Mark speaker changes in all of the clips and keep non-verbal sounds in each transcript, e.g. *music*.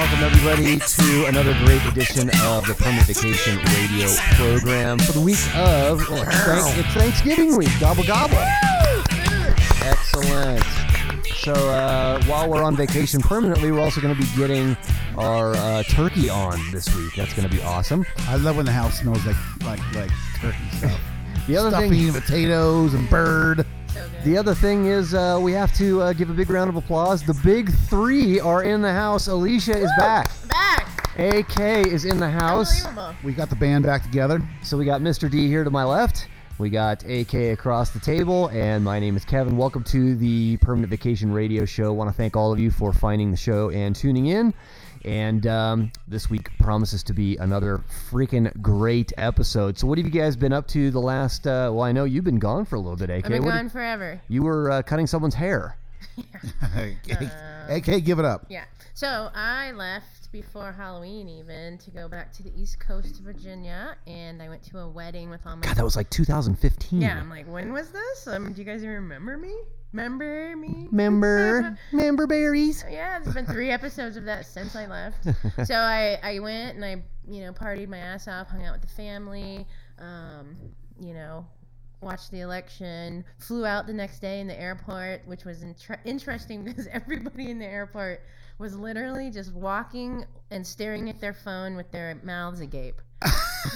Speaker 1: everybody, to another great edition of the Permanent Vacation Radio program for the week of well, it's, Thank- it's Thanksgiving week. Gobble gobble. Excellent. So uh, while we're on vacation permanently, we're also going to be getting our uh, turkey on this week. That's going to be awesome.
Speaker 2: I love when the house smells like like like turkey
Speaker 3: *laughs*
Speaker 2: stuff.
Speaker 1: The other
Speaker 2: Stuffing
Speaker 1: thing,
Speaker 2: and potatoes and bird.
Speaker 1: the other thing is uh, we have to uh, give a big round of applause. The big three are in the house. Alicia is back.
Speaker 3: Back.
Speaker 1: AK is in the house.
Speaker 3: Unbelievable.
Speaker 2: We got the band back together. *laughs*
Speaker 1: So we got Mr. D here to my left. We got AK across the table, and my name is Kevin. Welcome to the Permanent Vacation Radio Show. want to thank all of you for finding the show and tuning in. And um, this week promises to be another freaking great episode. So, what have you guys been up to the last? Uh, well, I know you've been gone for a little bit, AK.
Speaker 3: I've been
Speaker 1: What-
Speaker 3: gone forever.
Speaker 1: you were uh, cutting someone's hair.
Speaker 2: AK, give it up.
Speaker 3: Uh, Yeah. So I left before Halloween even to go back to the East Coast of Virginia, and I went to a wedding with all my.
Speaker 1: God, that was like 2015.
Speaker 3: yeah, I'm like, when was this? Um, do you guys even remember me? Remember me? *laughs*
Speaker 1: Member, member berries.
Speaker 3: Yeah, there's been three episodes of that since I left.
Speaker 1: *laughs*
Speaker 3: So I, I went and I, you know, partied my ass off, hung out with the family, um, you know, watched the election, flew out the next day in the airport, which was intre- interesting *laughs* because everybody in the airport was literally just walking and staring at their phone with their mouths agape.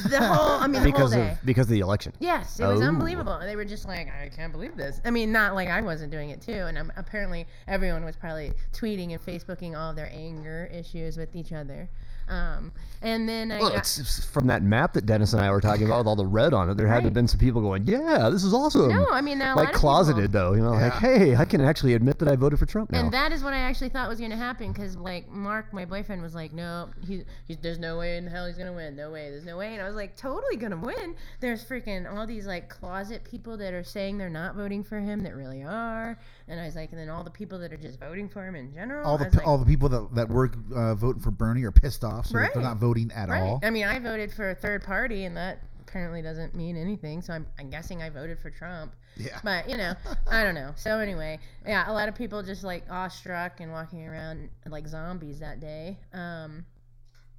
Speaker 3: the whole, I mean, the
Speaker 1: Because
Speaker 3: whole day.
Speaker 1: of because of the election.
Speaker 3: Yes, it was
Speaker 1: Oh.
Speaker 3: unbelievable. They were just like, I can't believe this. I mean, not like I wasn't doing it too, and um apparently everyone was probably tweeting and Facebooking all their anger issues with each other. Um, and then I
Speaker 1: Well,
Speaker 3: got-
Speaker 1: it's, it's from that map that Dennis and I were talking about with all the red on it. There had to have
Speaker 3: Right.
Speaker 1: been some people going, "Yeah, this is awesome."
Speaker 3: no, I mean, now
Speaker 1: like closeted though, you know, like, "Hey, I can actually admit that I voted for Trump now."
Speaker 3: And that is what I actually thought was going to happen because, like, Mark, my boyfriend, was like, no, he, he, there's no way in hell he's going to win. No way. There's no way. And I was like, totally going to win. There's freaking all these, like, closet people that are saying they're not voting for him that really are. And I was like, and then all the people that are just voting for him in general.
Speaker 2: All
Speaker 3: I
Speaker 2: the
Speaker 3: was like,
Speaker 2: all the people that that were uh, voting for Bernie are pissed off, so
Speaker 3: Right.
Speaker 2: they're not voting at
Speaker 3: right.
Speaker 2: all.
Speaker 3: I mean, I voted for a third party, and that apparently doesn't mean anything. So I'm, I'm guessing I voted for Trump. *laughs*
Speaker 2: Yeah.
Speaker 3: But you know, I don't know. So anyway, yeah, a lot of people just like awestruck and walking around like zombies that day. Um,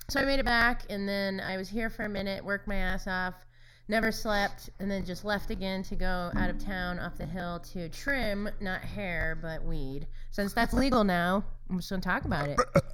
Speaker 3: so I made it back, and then I was here for a minute, worked my ass off, never slept, and then just left again to go out of town off the hill to trim, not hair, but weed. Since that's legal now, I'm just gonna talk about it. *laughs*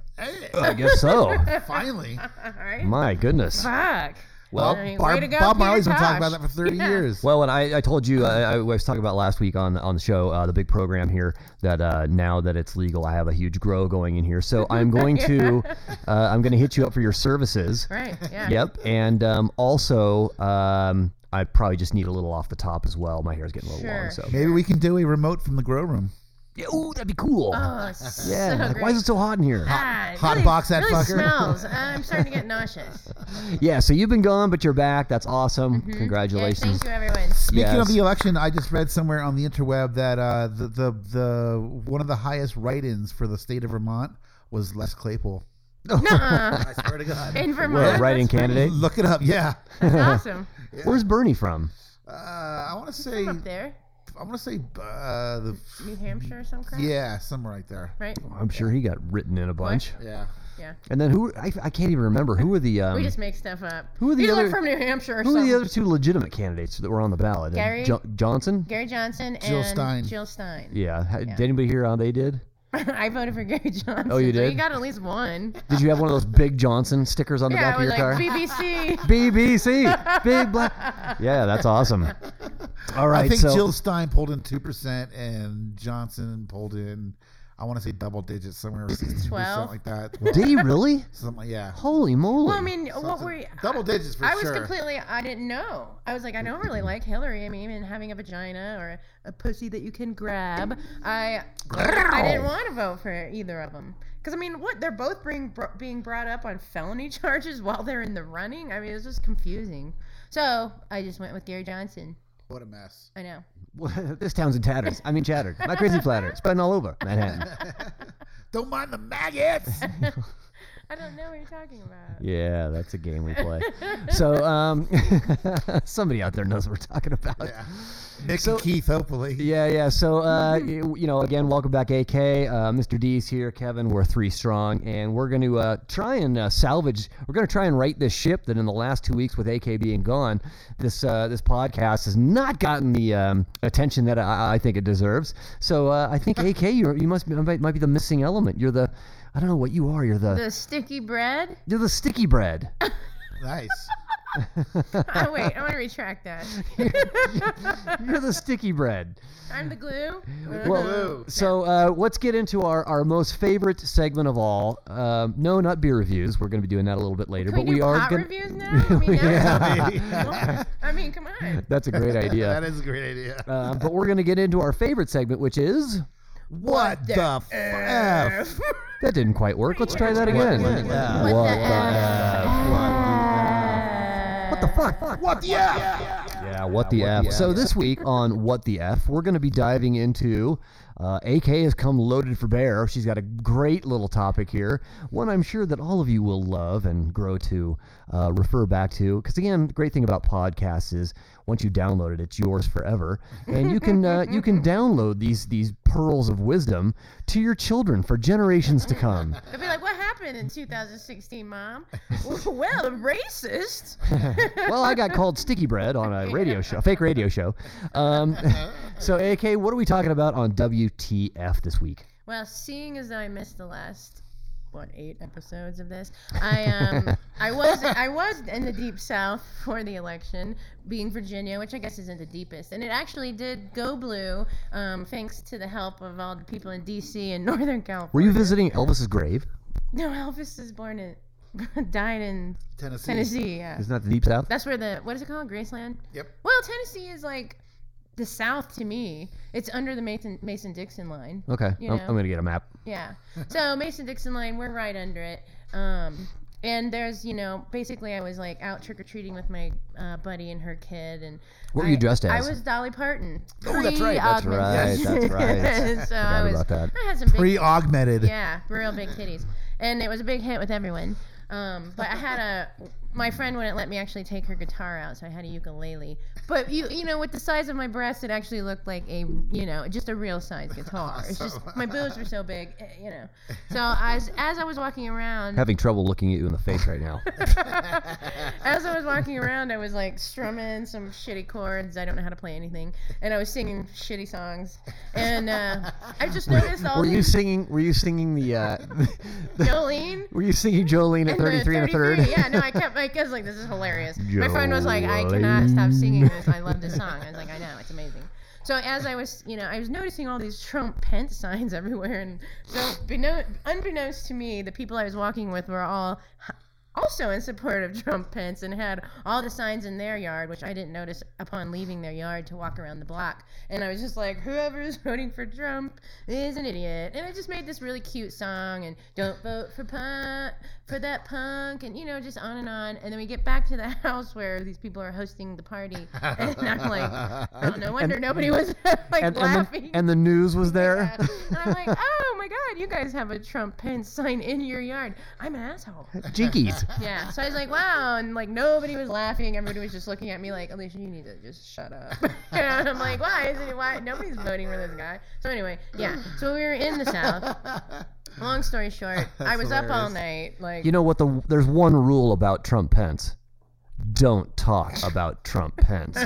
Speaker 1: I guess so.
Speaker 2: uh, Finally,
Speaker 3: All right.
Speaker 1: My goodness.
Speaker 3: Fuck.
Speaker 1: Well,
Speaker 3: I mean,
Speaker 2: Barb-
Speaker 3: way to go,
Speaker 2: Bob
Speaker 3: Peter
Speaker 2: Marley's been talking
Speaker 3: Tosh.
Speaker 2: about that for 30
Speaker 3: Yeah.
Speaker 2: years.
Speaker 1: Well, and I, I told you, I, I was talking about last week on on the show, uh, the big program here, that uh, now that it's legal, I have a huge grow going in here.
Speaker 3: *laughs*
Speaker 1: So I'm going to, uh, I'm going to hit you up for your services.
Speaker 3: Right.
Speaker 1: *laughs*
Speaker 3: Yeah.
Speaker 1: Yep. And um, also, um, I probably just need a little off the top as well. My hair's getting a little long,
Speaker 3: Sure.
Speaker 1: so
Speaker 2: Maybe we can do a remote from the grow room.
Speaker 1: yeah, ooh, that'd be cool.
Speaker 3: Oh, it's
Speaker 1: yeah.
Speaker 3: So
Speaker 1: like,
Speaker 3: great.
Speaker 1: why is it so hot in here?
Speaker 3: Ah, it
Speaker 2: hot
Speaker 3: really-
Speaker 2: box that
Speaker 3: really
Speaker 2: fucker?
Speaker 3: smells. I'm starting to
Speaker 1: *laughs*
Speaker 3: get nauseous.
Speaker 1: Yeah. So you've been gone, but you're back. That's awesome.
Speaker 3: Mm-hmm. Yeah,
Speaker 1: Congratulations.
Speaker 3: thank you, everyone. *laughs*
Speaker 2: Speaking
Speaker 1: Yes.
Speaker 2: of the election, I just read somewhere on the interweb that uh, the, the the one of the highest write-ins for the state of Vermont was Les Claypool.
Speaker 1: *laughs*
Speaker 3: Nuh-uh.
Speaker 2: I swear to God.
Speaker 3: In Vermont.
Speaker 1: Well,
Speaker 3: *laughs*
Speaker 1: writing
Speaker 3: that's
Speaker 1: candidate.
Speaker 2: Look it up.
Speaker 1: *laughs*
Speaker 2: Yeah.
Speaker 3: awesome.
Speaker 1: Where's Bernie from?
Speaker 2: Uh, I want to say
Speaker 3: Up there,
Speaker 2: I want to say uh, the
Speaker 3: New Hampshire or some crap.
Speaker 2: yeah somewhere right there.
Speaker 3: Right.
Speaker 1: I'm sure he got written in a bunch.
Speaker 2: Yeah.
Speaker 3: Yeah.
Speaker 1: And then who? I, I can't even remember who were the. Um,
Speaker 3: We just make stuff up.
Speaker 1: who are the
Speaker 3: People
Speaker 1: other-
Speaker 3: from New Hampshire or
Speaker 1: Who are
Speaker 3: something.
Speaker 1: the other two legitimate candidates that were on the ballot? Uh,
Speaker 3: Gary?
Speaker 1: Jo- Johnson?
Speaker 3: Gary Johnson and
Speaker 2: Jill Stein.
Speaker 3: Jill Stein.
Speaker 1: Yeah. Ha- Did anybody hear how they did?
Speaker 3: *laughs* I voted for Gary Johnson.
Speaker 1: Oh, you
Speaker 3: So
Speaker 1: did?
Speaker 3: you got at least one.
Speaker 1: Did you have one of those big Johnson stickers on the
Speaker 3: yeah,
Speaker 1: back
Speaker 3: I
Speaker 1: of
Speaker 3: was
Speaker 1: your
Speaker 3: like
Speaker 1: car? *laughs*
Speaker 3: BBC. *laughs*
Speaker 1: BBC, big black. Yeah, that's awesome. All right,
Speaker 2: I think
Speaker 1: so
Speaker 2: Jill Stein pulled in two percent and Johnson pulled in I want to say double digits somewhere sixteen percent
Speaker 3: 12?
Speaker 2: like that.
Speaker 1: did he really?
Speaker 2: *laughs* Something like yeah.
Speaker 1: Holy moly!
Speaker 3: Well, I mean, what were you?
Speaker 2: Double digits for
Speaker 3: I was
Speaker 2: sure.
Speaker 3: completely. I didn't know. I was like, I don't really like Hillary. I mean, even having a vagina or a, a pussy that you can grab, I I didn't want to vote for either of them. Because I mean, what they're both being br- being brought up on felony *laughs* charges while they're in the running. I mean, it's just confusing. So I just went with Gary Johnson.
Speaker 2: what a mess. *laughs*
Speaker 3: I know. *laughs*
Speaker 1: Well, *laughs* this town's in tatters. I mean, chattered. My crazy flatter, spreading all over Manhattan. *laughs*
Speaker 2: Don't mind the maggots.
Speaker 3: I don't know what you're talking about.
Speaker 1: Yeah, that's a game we play. *laughs* so, um, *laughs* somebody out there knows what we're talking about.
Speaker 2: Yeah. Nick
Speaker 1: So-
Speaker 2: and Keith, hopefully.
Speaker 1: Yeah, yeah. So, uh, you you know, again, welcome back, AK. Uh, Mr. D's here, Kevin. We're three strong, and we're going to uh, try and uh, salvage. We're going to try and right this ship that in the last two weeks, with AK being gone, this uh, this podcast has not gotten the um, attention that I, I think it deserves. So, uh, I think AK, you you must be, might, might be the missing element. You're the I don't know what you are. You're the
Speaker 3: The sticky bread.
Speaker 1: you're the sticky bread. *laughs*
Speaker 2: Nice.
Speaker 3: Oh, wait, I want to
Speaker 2: *laughs*
Speaker 3: retract that. *laughs*
Speaker 1: You're the sticky bread.
Speaker 3: I'm the glue. Uh-huh.
Speaker 1: Well, so uh, let's get into our, our most favorite segment of all. Um, no, not beer reviews. We're going to be doing that a little bit later,
Speaker 3: Can
Speaker 1: but we,
Speaker 3: we, do
Speaker 1: are
Speaker 3: pot
Speaker 1: gonna- *laughs*
Speaker 3: reviews now? I mean,
Speaker 2: *laughs*
Speaker 3: that's-
Speaker 2: Yeah.
Speaker 3: I mean, come on.
Speaker 1: That's a *laughs* great
Speaker 2: that
Speaker 1: idea.
Speaker 2: is a great idea.
Speaker 1: Uh, but we're going to get into our favorite segment, which is
Speaker 2: what the f?
Speaker 3: F.
Speaker 1: that didn't quite work. Let's try that
Speaker 2: What-
Speaker 1: again.
Speaker 2: what- Yeah.
Speaker 3: What the
Speaker 1: F? What the fuck?
Speaker 2: What the f?
Speaker 1: *laughs* Yeah, what the F. So this week on What the F, we're going to be diving into. Uh, AK has come loaded for bear. She's got a great little topic here, one I'm sure that all of you will love and grow to uh, refer back to. Because again, the great thing about podcasts is once you download it, it's yours forever, and you can uh, you *laughs* can download these these pearls of wisdom to your children for generations to come.
Speaker 3: They'll be like, what happened in
Speaker 1: *laughs*
Speaker 3: 2016, Mom? well, the racist.
Speaker 1: well, I got called sticky bread on a radio show, fake radio show. Um, *laughs* so, AK, what are we talking about on WTF this week?
Speaker 3: Well, seeing as though I missed the last what eight episodes of this, I um I was I was in the deep south for the election, being Virginia, which I guess isn't the deepest, and it actually did go blue, um, thanks to the help of all the people in D.C. and *laughs* Northern California.
Speaker 1: Were you visiting Elvis's grave?
Speaker 3: No, Elvis is born in, *laughs* died in
Speaker 2: Tennessee.
Speaker 3: Tennessee. Yeah,
Speaker 1: Isn't that the Deep South?
Speaker 3: that's where the what is it called, Graceland?
Speaker 2: Yep.
Speaker 3: Well, Tennessee is like the South to me. It's under the Mason Mason Dixon line.
Speaker 1: Okay,
Speaker 3: You
Speaker 1: I'm,
Speaker 3: know.
Speaker 1: I'm gonna get a map. *laughs*
Speaker 3: Yeah. So Mason Dixon line, we're right under it. Um, and there's, you know, basically I was like out trick or treating with my uh, buddy and her kid, and
Speaker 1: What were
Speaker 3: I-
Speaker 1: you dressed
Speaker 3: I
Speaker 1: as?
Speaker 3: was Dolly Parton.
Speaker 1: Oh, that's right, that's
Speaker 3: Pre-augmentation. *laughs*
Speaker 1: right, that's
Speaker 3: so
Speaker 1: Forgot
Speaker 3: I was.
Speaker 1: about that.
Speaker 3: I had some big,
Speaker 2: Pre-augmented.
Speaker 3: yeah, real big titties, and it was a big hit with everyone. Um, but I had a, my friend wouldn't let me actually take her guitar out, so I had a ukulele. But you, you know, with the size of my breast, it actually looked like a, you know, just a real size guitar. It's just
Speaker 2: Awesome.
Speaker 3: my boobs were so big, eh, you know. So as as I was walking around,
Speaker 1: Having trouble looking you in the face right now.
Speaker 3: *laughs* as I was walking around, I was like strumming some shitty chords. I don't know how to play anything, and I was singing shitty songs. And uh, I just noticed all
Speaker 1: were you
Speaker 3: these
Speaker 1: singing? Were you singing the? Uh, *laughs*
Speaker 3: Jolene.
Speaker 1: were you singing Jolene at
Speaker 3: And the
Speaker 1: 33 and a third?
Speaker 3: 33, Yeah,
Speaker 1: *laughs*
Speaker 3: no, I kept. I was like, this is hilarious. My friend was like, I cannot stop singing this. I love this song. I was like, I know, it's amazing. So as I was, you know, I was noticing all these Trump Pence signs *laughs* everywhere, and so beno- unbeknownst to me, the people I was walking with were all h- also in support of Trump Pence and had all the signs in their yard, which I didn't notice upon leaving their yard to walk around the block. And I was just like, whoever's *laughs* voting for Trump is an idiot. And I just made this really cute song and don't vote for punk for that punk and you know, just on and on. And then we get back to the *laughs* house where these people are hosting the party and I'm like oh, no wonder nobody was *laughs* like
Speaker 1: And, and,
Speaker 3: laughing.
Speaker 1: the, and the news was there.
Speaker 3: Yeah. and
Speaker 1: *laughs*
Speaker 3: I'm like, oh my god, you guys have a Trump Pence sign in your yard. I'm an asshole. *laughs*
Speaker 1: Jinkies.
Speaker 3: Yeah. So I was like, wow, and like nobody was laughing. Everybody was just looking at me like, Alicia, you need to just shut up. *laughs* and I'm like, why isn't it? Why nobody's voting for this guy? So anyway, yeah. So we were in
Speaker 2: *laughs*
Speaker 3: the South. Long story short, I was up all night. Like,
Speaker 1: You know what? The there's one rule about Trump Pence. Don't talk about Trump
Speaker 3: *laughs*
Speaker 1: Pence.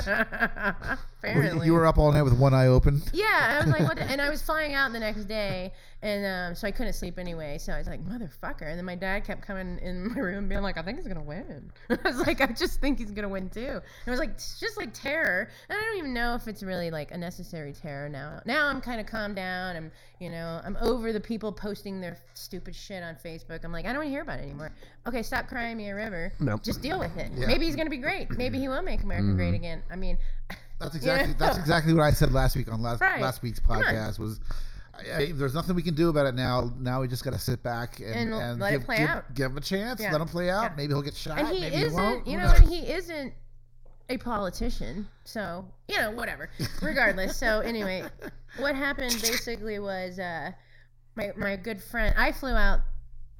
Speaker 3: apparently. *laughs*
Speaker 2: You were up all night with one eye open. *laughs*
Speaker 3: Yeah, I was like, what? The? And I was flying out the next day, and um, so I couldn't sleep anyway. So I was like, motherfucker. And then my dad kept coming in my room, being like, I think he's gonna win. *laughs* I was like, I just think he's gonna win too. And I was like, it's just like terror. And I don't even know if it's really like a necessary terror now. Now I'm kind of calmed down. I'm, you know, I'm over the people posting their stupid shit on Facebook. I'm like, I don't want to hear about it anymore. Okay, stop crying me a river.
Speaker 1: Nope.
Speaker 3: Just deal with it. Maybe he's gonna be great. Maybe he will make America great again. I mean.
Speaker 2: That's exactly that's exactly what I said last week on last
Speaker 3: Right.
Speaker 2: last week's
Speaker 3: on.
Speaker 2: podcast was. I, I, there's nothing we can do about it now. Now we just got to sit back and,
Speaker 3: And l-
Speaker 2: and
Speaker 3: let it
Speaker 2: give,
Speaker 3: play
Speaker 2: give,
Speaker 3: out.
Speaker 2: give him a chance.
Speaker 3: Yeah.
Speaker 2: Let him play out.
Speaker 3: Yeah.
Speaker 2: Maybe he'll get shot.
Speaker 3: and he
Speaker 2: maybe he
Speaker 3: isn't
Speaker 2: won't.
Speaker 3: you
Speaker 2: Who
Speaker 3: know
Speaker 2: knows?
Speaker 3: and he isn't a politician so you know whatever regardless so anyway what happened basically was uh my my good friend i flew out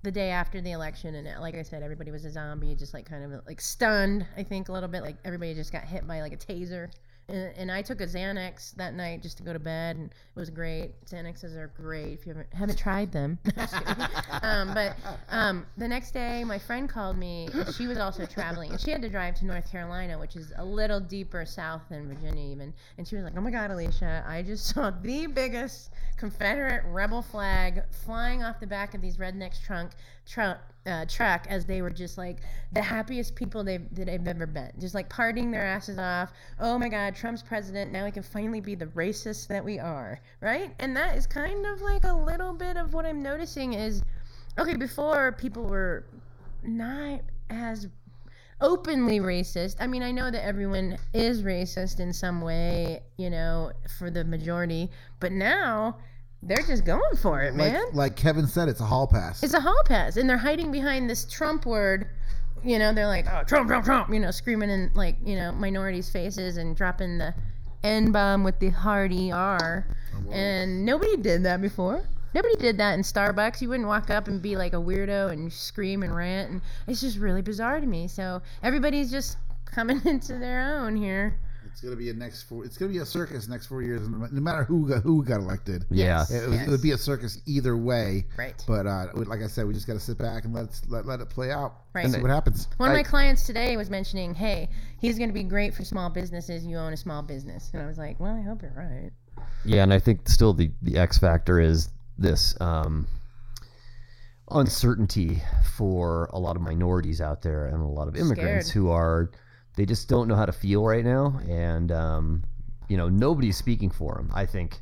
Speaker 3: the day after the election, and uh, like I said, everybody was a zombie, just like kind of like stunned. I think a little bit, like everybody just got hit by like a taser. And, and I took a Xanax that night just to go to bed, and it was great. Xanaxes are great if you haven't, haven't tried them. *laughs* Just kidding. um, but um, the next day, my friend called me. and She was also traveling, and she had to drive to North Carolina, which is a little deeper south than Virginia, even. And she was like, "Oh my God, Alicia, I just *laughs* saw the biggest Confederate rebel flag flying off the back of these rednecks' trunk trunk." Uh, truck as they were just like the happiest people they've that they've ever been, just like partying their asses off. Oh my God, Trump's president. Now we can finally be the racists that we are, right? And that is kind of like a little bit of what I'm noticing is okay, before people were not as openly racist. I mean, I know that everyone is racist in some way, you know, for the majority, but now they're just going for it, man.
Speaker 2: Like, like Kevin said, it's a hall pass.
Speaker 3: It's a hall pass, and they're hiding behind this Trump word. You know, they're like, oh, Trump, Trump, Trump, you know, screaming in, like, you know, minorities' faces and dropping the N bomb with the hard ER. And nobody did that before. Nobody did that in Starbucks. You wouldn't walk up and be like a weirdo and scream and rant. And it's just really bizarre to me. So everybody's just coming *laughs* into their own here.
Speaker 2: It's gonna be a next four. It's gonna be a circus next four years, no matter who got, who got elected.
Speaker 1: Yeah.
Speaker 2: It, was, it would be a circus either way.
Speaker 3: Right.
Speaker 2: But uh, we- like I said, we just gotta sit back and let's let, let it play out.
Speaker 3: Right.
Speaker 2: And see what happens.
Speaker 3: One of
Speaker 1: I-
Speaker 3: my clients today was mentioning, hey, he's going to be great for small businesses. You own a small business. And I was like, well, I hope you're right. *laughs*
Speaker 1: Yeah, and I think still the, the X factor is this um, uncertainty for a lot of minorities out there and a lot of immigrants
Speaker 3: Scared.
Speaker 1: who are they just don't know how to feel right now, and um, you know nobody's speaking for them. I think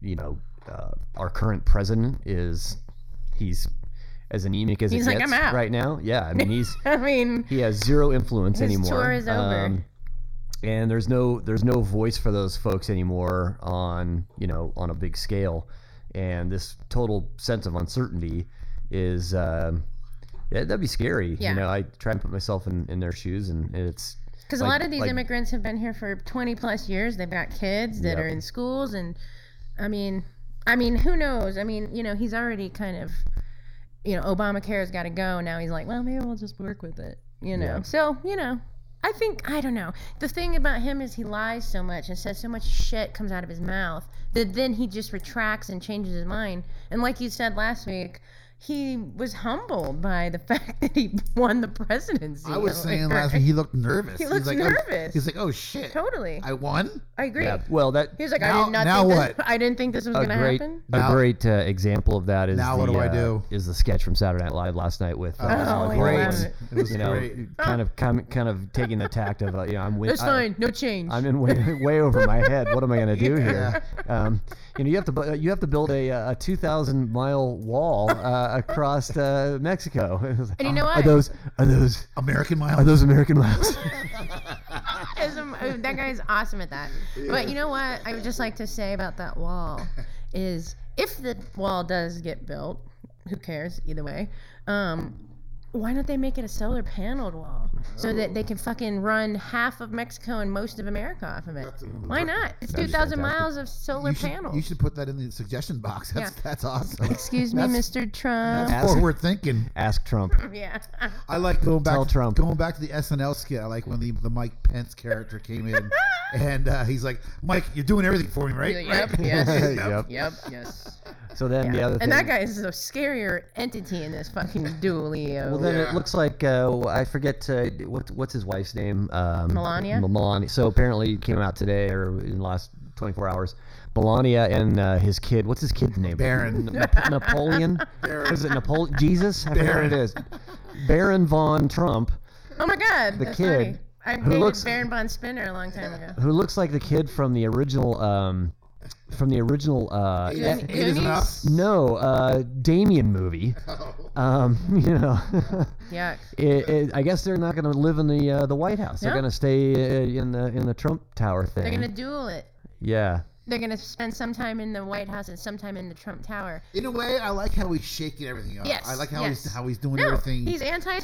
Speaker 1: you know uh, our current president is he's as anemic as
Speaker 3: He's
Speaker 1: it
Speaker 3: like,
Speaker 1: gets
Speaker 3: "I'm out."
Speaker 1: right now. Yeah, I mean he's
Speaker 3: I mean,
Speaker 1: he has zero influence
Speaker 3: His
Speaker 1: anymore. Um,
Speaker 3: tour is over.
Speaker 1: and there's no there's no voice for those folks anymore on you know on a big scale, and this total sense of uncertainty is um, yeah, that'd be scary.
Speaker 3: Yeah.
Speaker 1: You know, I try and put myself in, in their shoes, and it's
Speaker 3: because
Speaker 1: like-
Speaker 3: a lot of these
Speaker 1: like-
Speaker 3: immigrants have been here for 20 plus years. They've got kids that
Speaker 1: Yep.
Speaker 3: are in schools. And I mean, I mean, who knows? I mean, you know, he's already kind of, you know, Obamacare's got to go. Now he's like, well, maybe we'll just work with it, you know?
Speaker 1: Yeah.
Speaker 3: So, you know, I think, I don't know. The thing about him is he lies so much and says so much shit comes out of his mouth that then he just retracts and changes his mind. And like you said last week, he was humbled by the *laughs* fact that he won the presidency.
Speaker 2: I was saying last week he looked nervous.
Speaker 3: *laughs* He
Speaker 2: He's
Speaker 3: looks
Speaker 2: like, oh-
Speaker 3: nervous.
Speaker 2: he's like, oh shit,
Speaker 3: Totally. I,
Speaker 2: I won.
Speaker 3: agree.
Speaker 1: yeah. Well, that
Speaker 3: He was like, I
Speaker 2: Now-
Speaker 3: did not
Speaker 2: now
Speaker 3: think
Speaker 2: what?
Speaker 3: This, *laughs* I didn't think this was
Speaker 1: a
Speaker 3: going to
Speaker 1: great
Speaker 3: happen.
Speaker 1: a
Speaker 2: Now-
Speaker 1: great uh, example of that is
Speaker 2: Now
Speaker 1: the,
Speaker 2: what do I
Speaker 1: uh,
Speaker 2: do?
Speaker 1: is the sketch from Saturday Night Live last night with uh,
Speaker 3: Oh,
Speaker 1: Alec
Speaker 3: I
Speaker 1: Baldwin.
Speaker 3: love it.
Speaker 2: It was
Speaker 1: You know,
Speaker 2: great.
Speaker 1: kind of kind, kind of taking the tact of uh, you know I'm with
Speaker 3: That's
Speaker 1: I-
Speaker 3: fine. No change.
Speaker 1: I'm in way, *laughs* way over my head. What am I going to
Speaker 2: *laughs*
Speaker 1: do here? Um, you know, you have to bu- you have to build a uh, a 2,000 mile wall uh, across uh, Mexico. *laughs*
Speaker 3: And you know
Speaker 1: Are
Speaker 3: what?
Speaker 1: those are those
Speaker 2: American Mile.
Speaker 3: *laughs*
Speaker 1: are those American miles? *laughs*
Speaker 3: Is- um, uh, *laughs* that guy's awesome at that. But you know what? I would just like to say about that wall is if the wall does get built, who cares either way? Um, why don't they make it a solar paneled wall so that they can fucking run half of Mexico and most of America off of it? Why not? It's
Speaker 1: That'd be
Speaker 3: 2,000
Speaker 1: fantastic.
Speaker 3: miles of solar
Speaker 2: you, should,
Speaker 3: panels.
Speaker 2: you should put that in the suggestion box. That's
Speaker 3: Yeah.
Speaker 2: that's awesome.
Speaker 3: Excuse me,
Speaker 2: That's-
Speaker 3: Mr. Trump.
Speaker 1: Ask-
Speaker 2: Forward thinking.
Speaker 1: Ask Trump.
Speaker 3: *laughs* yeah.
Speaker 2: I like going back.
Speaker 1: Tell Trump.
Speaker 2: Going back to the SNL skit. I like when the, the Mike Pence character came
Speaker 3: *laughs*
Speaker 2: in, and uh, he's like, "Mike, you're doing everything for me, right?
Speaker 3: Yep,
Speaker 2: Right? *laughs*
Speaker 3: yes.
Speaker 1: Yep.
Speaker 3: Yep, yes.
Speaker 1: So then the
Speaker 3: Yeah.
Speaker 1: other
Speaker 3: and
Speaker 1: thing,
Speaker 3: that guy is a scarier entity in this
Speaker 1: *laughs*
Speaker 3: fucking duel, Leo.
Speaker 1: Well, then
Speaker 2: Yeah.
Speaker 1: it looks like uh, I forget uh, what, what's his wife's name. Um,
Speaker 3: Melania?
Speaker 1: Melania. So apparently it came out today or in the last 24 hours. Melania and uh, his kid. What's his kid's name?
Speaker 2: Baron. *laughs*
Speaker 1: Na- Napoleon. Is it Napoleon? Jesus. I forget what it is. Baron von Trump,
Speaker 3: oh my god,
Speaker 1: the
Speaker 3: that's
Speaker 1: kid
Speaker 3: Funny. I
Speaker 1: who
Speaker 3: dated
Speaker 1: looks-
Speaker 3: Baron von Spinner a long
Speaker 1: *laughs*
Speaker 3: time ago.
Speaker 1: who looks like the kid from the original. Um, from the original. Uh,
Speaker 2: Yeah,
Speaker 3: Goonies?
Speaker 2: it is enough.
Speaker 1: no, uh, Damien movie.
Speaker 2: Oh.
Speaker 1: Um, *laughs* you know.
Speaker 3: Yuck.
Speaker 1: it, it, I guess they're not going to live in the uh, the White House. They're
Speaker 3: No.
Speaker 1: going to stay uh, in the in the Trump Tower thing.
Speaker 3: They're gonna duel it.
Speaker 1: yeah.
Speaker 3: They're gonna spend some time in the White House and some time in the Trump Tower.
Speaker 2: In a way, I like how he's shaking everything up.
Speaker 3: Yes,
Speaker 2: I like how
Speaker 3: yes.
Speaker 2: he's how he's doing
Speaker 3: No,
Speaker 2: everything.
Speaker 3: he's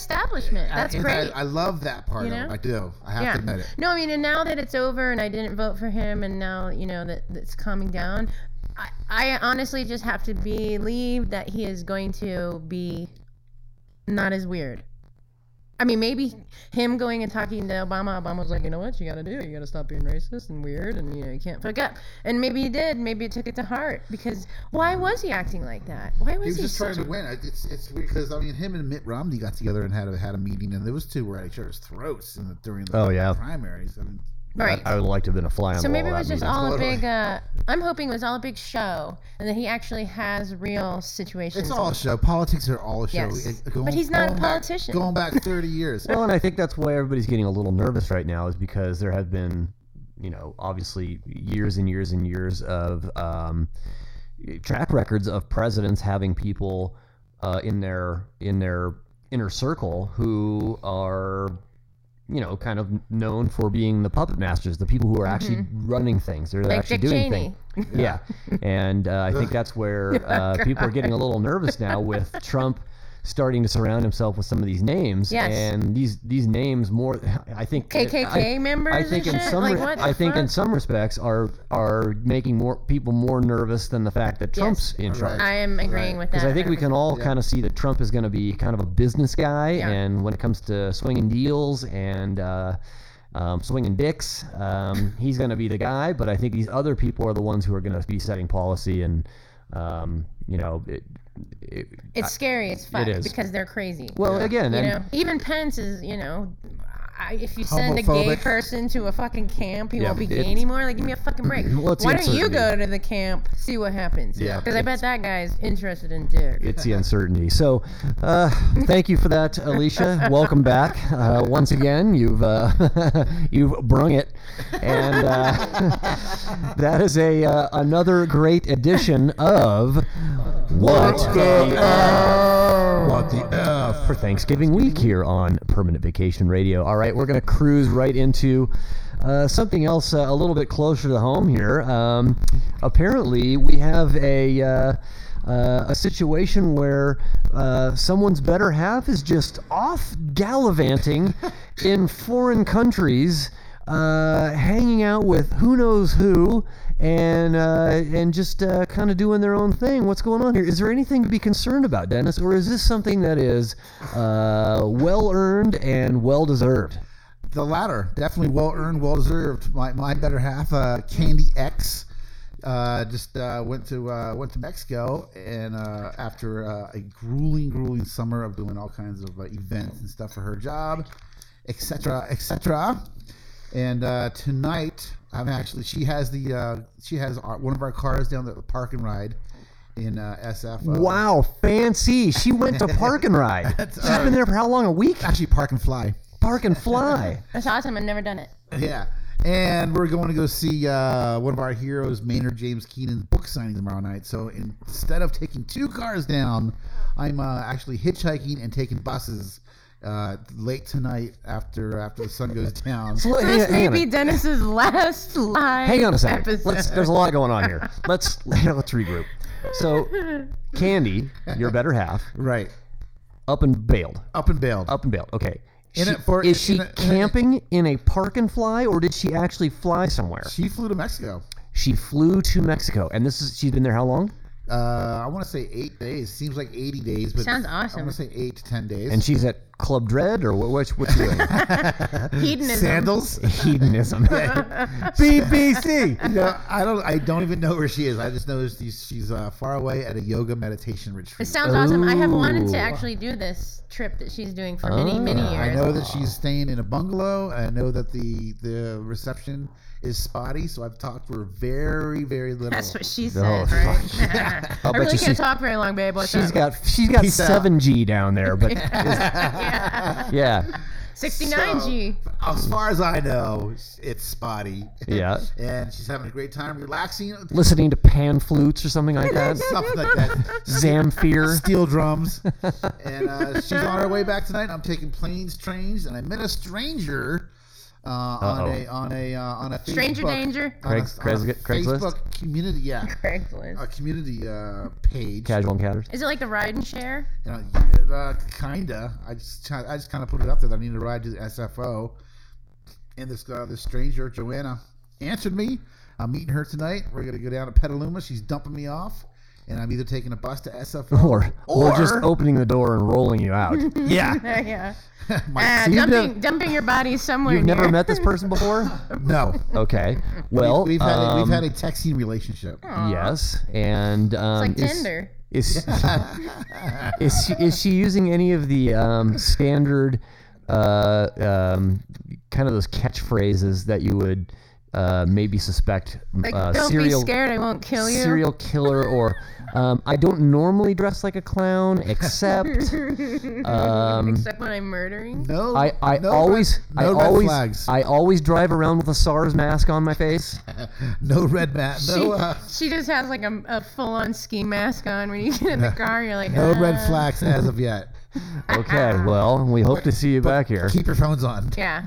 Speaker 3: anti-establishment. That's
Speaker 2: And
Speaker 3: great.
Speaker 2: I, I love that part
Speaker 3: You
Speaker 2: of it.
Speaker 3: know?
Speaker 2: I do. I have
Speaker 3: yeah.
Speaker 2: to admit it.
Speaker 3: No, I mean, and now that it's over and I didn't vote for him, and now you know that that's calming down, I, I honestly just have to believe that he is going to be not as weird. I mean, maybe him going and talking to Obama, Obama was like, you know what, you gotta do, you gotta stop being racist and weird, and you know, you can't fuck up. And maybe he did. Maybe it took it to heart because why was he acting like that? Why was
Speaker 2: He
Speaker 3: he?
Speaker 2: was just
Speaker 3: such
Speaker 2: trying to win. I- It's it's because I mean, him and Mitt Romney got together and had a, had a meeting, and those two were at each other's throats in the, during the
Speaker 1: Oh, yeah.
Speaker 2: primaries. I mean,
Speaker 3: a- right?
Speaker 1: I, I would like to have been a fly on
Speaker 3: So
Speaker 1: the wall.
Speaker 3: maybe it
Speaker 1: of
Speaker 3: was
Speaker 1: that
Speaker 3: just
Speaker 1: meeting.
Speaker 3: all a
Speaker 2: Totally.
Speaker 3: big. Uh, I'm hoping it was all a big show, and that he actually has real situations.
Speaker 2: it's all a show. Politics are all a show.
Speaker 3: Yes.
Speaker 2: It- going-
Speaker 3: But he's not a
Speaker 2: going
Speaker 3: politician.
Speaker 2: Back, going back thirty
Speaker 3: *laughs*
Speaker 2: years.
Speaker 1: Well, and I think that's why everybody's getting a little nervous right now is because there have been, you know, obviously years and years and years of um, track records of presidents having people uh, in their in their inner circle who are, you know, kind of known for being the puppet masters, the people who are actually running things. They're
Speaker 3: Mm-hmm. like
Speaker 1: actually
Speaker 3: Dick
Speaker 1: doing
Speaker 3: Cheney.
Speaker 1: things. Yeah, and uh, I
Speaker 3: *laughs*
Speaker 1: think that's where uh, people are getting a little nervous now with Trump starting to surround himself with some of these names.
Speaker 3: Yes.
Speaker 1: and these these names more. I think
Speaker 3: KKK
Speaker 1: I,
Speaker 3: members.
Speaker 1: I think
Speaker 3: and
Speaker 1: in
Speaker 3: shit?
Speaker 1: some
Speaker 3: Like,
Speaker 1: re-
Speaker 3: what the
Speaker 1: I think in
Speaker 3: fuck?
Speaker 1: some respects are are making more people more nervous than the fact that Trump's in charge.
Speaker 2: Right.
Speaker 3: I am agreeing with that.
Speaker 1: Because I think we can all
Speaker 2: Yeah.
Speaker 1: kind of see that Trump is going to be kind of a business guy,
Speaker 3: Yeah.
Speaker 1: and when it comes to swinging deals and uh, um, swinging dicks, um, he's going to be the guy. But I think these other people are the ones who are going to be setting policy, and um, you know, it, it,
Speaker 3: It's scary as fuck
Speaker 1: is.
Speaker 3: because they're crazy.
Speaker 1: well, again,
Speaker 3: you
Speaker 1: and,
Speaker 3: know, even Pence is, you know, I, if you send a gay
Speaker 2: Homophobic.
Speaker 3: person to a fucking camp, he
Speaker 1: Yeah,
Speaker 3: won't be gay
Speaker 1: it's-
Speaker 3: anymore. Like, give me a fucking break.
Speaker 1: *laughs* Well, it's the
Speaker 3: Why don't you go
Speaker 1: uncertainty.
Speaker 3: to the camp, see what happens?
Speaker 2: Yeah,
Speaker 3: Because I bet that guy's interested in dick.
Speaker 1: it's the uncertainty. So, uh, thank you for that, Alicia. Welcome back uh, once again. You've uh, *laughs* you've brung it, and uh, *laughs* that is a uh, another great edition of What the F?
Speaker 2: What the f?
Speaker 1: for Thanksgiving week here on Permanent Vacation Radio. All right, we're going to cruise right into uh, something else uh, a little bit closer to home here. Um, apparently, we have a. Uh, uh, a situation where uh, someone's better half is just off *laughs* gallivanting in foreign countries, uh, hanging out with who knows who, and uh, and just uh, kind of doing their own thing. What's going on here? Is there anything to be concerned about, Dennis, or is this something that is uh, well earned and well deserved?
Speaker 2: The latter, definitely well earned, well deserved. My, my better half, uh, Candy X, uh, just uh, went to uh, went to Mexico, and uh, after uh, a grueling, grueling summer of doing all kinds of uh, events and stuff for her job, etc., etc. And uh, tonight, I'm actually she has the uh, she has our, one of our cars down at the park and ride in uh, SF. uh,
Speaker 1: Wow, fancy! She went to park and *laughs* ride. She's been there for how long? A week?
Speaker 2: actually park and fly.
Speaker 1: Park and fly.
Speaker 3: That's awesome. I've never done it.
Speaker 2: Yeah. And we're going to go see uh, one of our heroes, Maynard James Keenan's book signing tomorrow night. So instead of taking two cars down, I'm uh, actually hitchhiking and taking buses uh, late tonight after after the sun goes down.
Speaker 1: Hang on-
Speaker 3: This may
Speaker 1: hang on a-
Speaker 3: be Dennis's last live
Speaker 1: Hang on a second.
Speaker 3: episode.
Speaker 1: Let's,
Speaker 3: *laughs*
Speaker 1: there's a lot going on here. Let's *laughs* let's regroup. So, Candy, your better half,
Speaker 2: right.
Speaker 1: up and bailed.
Speaker 2: Up and bailed.
Speaker 1: Up and bailed. Okay.
Speaker 2: In
Speaker 1: She-
Speaker 2: it for-
Speaker 1: is she
Speaker 2: in it- in it-
Speaker 1: camping in a park and fly, or did she actually fly somewhere?
Speaker 2: She flew to Mexico.
Speaker 1: She flew to Mexico, and this is she's been there how long?
Speaker 2: Uh, I want to say eight days. Seems like 80 days. but
Speaker 3: Sounds
Speaker 2: I
Speaker 3: awesome.
Speaker 2: want to say eight to 10 days.
Speaker 1: And she's at Club Dread, or what? What's what's she
Speaker 2: *laughs*
Speaker 1: doing?
Speaker 3: Hedonism.
Speaker 2: Sandals? *laughs*
Speaker 1: Hedonism. BBC.
Speaker 2: You know, I don't. I don't even know where she is. I just know she's she's uh, far away at a yoga meditation
Speaker 3: It
Speaker 2: retreat.
Speaker 3: sounds awesome. I have wanted
Speaker 1: Ooh.
Speaker 3: to actually do this trip that she's doing for many, many
Speaker 1: Ah.
Speaker 3: years.
Speaker 2: I know that she's staying in a bungalow. I know that the the reception is spotty, so I've talked to her very, very little.
Speaker 3: That's what she said,
Speaker 1: Oh, *laughs*
Speaker 3: right?
Speaker 1: I'll
Speaker 3: I
Speaker 1: bet
Speaker 3: really
Speaker 1: you
Speaker 3: can't
Speaker 1: she's-
Speaker 3: talk very long, babe. What's
Speaker 1: She's
Speaker 3: up?
Speaker 1: got she's got
Speaker 2: Peace out.
Speaker 1: seven G down there,
Speaker 2: *laughs*
Speaker 1: but
Speaker 3: yeah.
Speaker 1: yeah,
Speaker 3: 69 G.
Speaker 2: So, as far as I know, it's spotty.
Speaker 1: yeah.
Speaker 2: *laughs* and she's having a great time relaxing, *laughs*
Speaker 1: Listening to pan flutes or something like that.
Speaker 2: something like that. *laughs*
Speaker 1: Zamfir.
Speaker 2: Steel drums, and uh, she's on her way back tonight. I'm taking planes, trains, and I met a stranger uh, on
Speaker 1: Uh-oh.
Speaker 2: a on a uh, on a
Speaker 3: Stranger
Speaker 2: Facebook-
Speaker 3: danger.
Speaker 2: on a-
Speaker 1: Craigs-
Speaker 2: on a
Speaker 1: Craigs- Craigslist?
Speaker 2: Facebook community, yeah,
Speaker 3: Craigslist.
Speaker 2: a community uh, page.
Speaker 1: Casual encounters.
Speaker 3: Is it like the ride and share?
Speaker 2: You know, uh, kinda. I just ki- I just kind of put it up there. that I need to ride to the SFO, and this uh, this stranger Joanna answered me. I'm meeting her tonight. We're gonna go down to Petaluma. She's dumping me off, and I'm either taking a bus
Speaker 1: *laughs*
Speaker 2: to SFO
Speaker 1: Or, or just opening the door and rolling you out.
Speaker 2: *laughs* yeah.
Speaker 3: Uh, yeah.
Speaker 2: *laughs* My-
Speaker 3: Ah,
Speaker 1: so you've
Speaker 3: dumping,
Speaker 1: nev-
Speaker 3: dumping your body somewhere.
Speaker 1: You've never
Speaker 3: near-
Speaker 1: met this person before?
Speaker 2: no.
Speaker 1: Okay. Well,
Speaker 2: *laughs* we've had a, we've
Speaker 1: um, Oh.
Speaker 2: had a texting relationship.
Speaker 3: Aw.
Speaker 1: Yes, and um,
Speaker 3: It's like
Speaker 1: is-
Speaker 3: Tinder.
Speaker 2: *laughs*
Speaker 1: Is *laughs* is she, is she using any of the um, standard uh, um, kind of those catchphrases that you would uh, maybe suspect
Speaker 3: Like,
Speaker 1: uh,
Speaker 3: don't
Speaker 1: serial
Speaker 3: be scared, I won't kill you.
Speaker 1: serial killer or um, I don't normally dress like a clown
Speaker 3: *laughs*
Speaker 1: except um,
Speaker 3: Except when I'm murdering.
Speaker 2: No.
Speaker 1: I, I
Speaker 2: no
Speaker 1: always
Speaker 2: red, no
Speaker 1: I
Speaker 2: red
Speaker 1: always
Speaker 2: flags.
Speaker 1: I always drive around with a SARS mask on my
Speaker 2: *laughs*
Speaker 1: face.
Speaker 2: no red mat.
Speaker 3: she,
Speaker 2: No. Uh,
Speaker 3: she just has like a, a full-on ski mask on when you get
Speaker 2: *laughs*
Speaker 3: in the car. You're like,
Speaker 2: no red
Speaker 3: "Uh,
Speaker 2: flags as of yet.
Speaker 1: Okay, well, we hope to see you back here.
Speaker 2: Keep your phones on. *laughs*
Speaker 3: Yeah.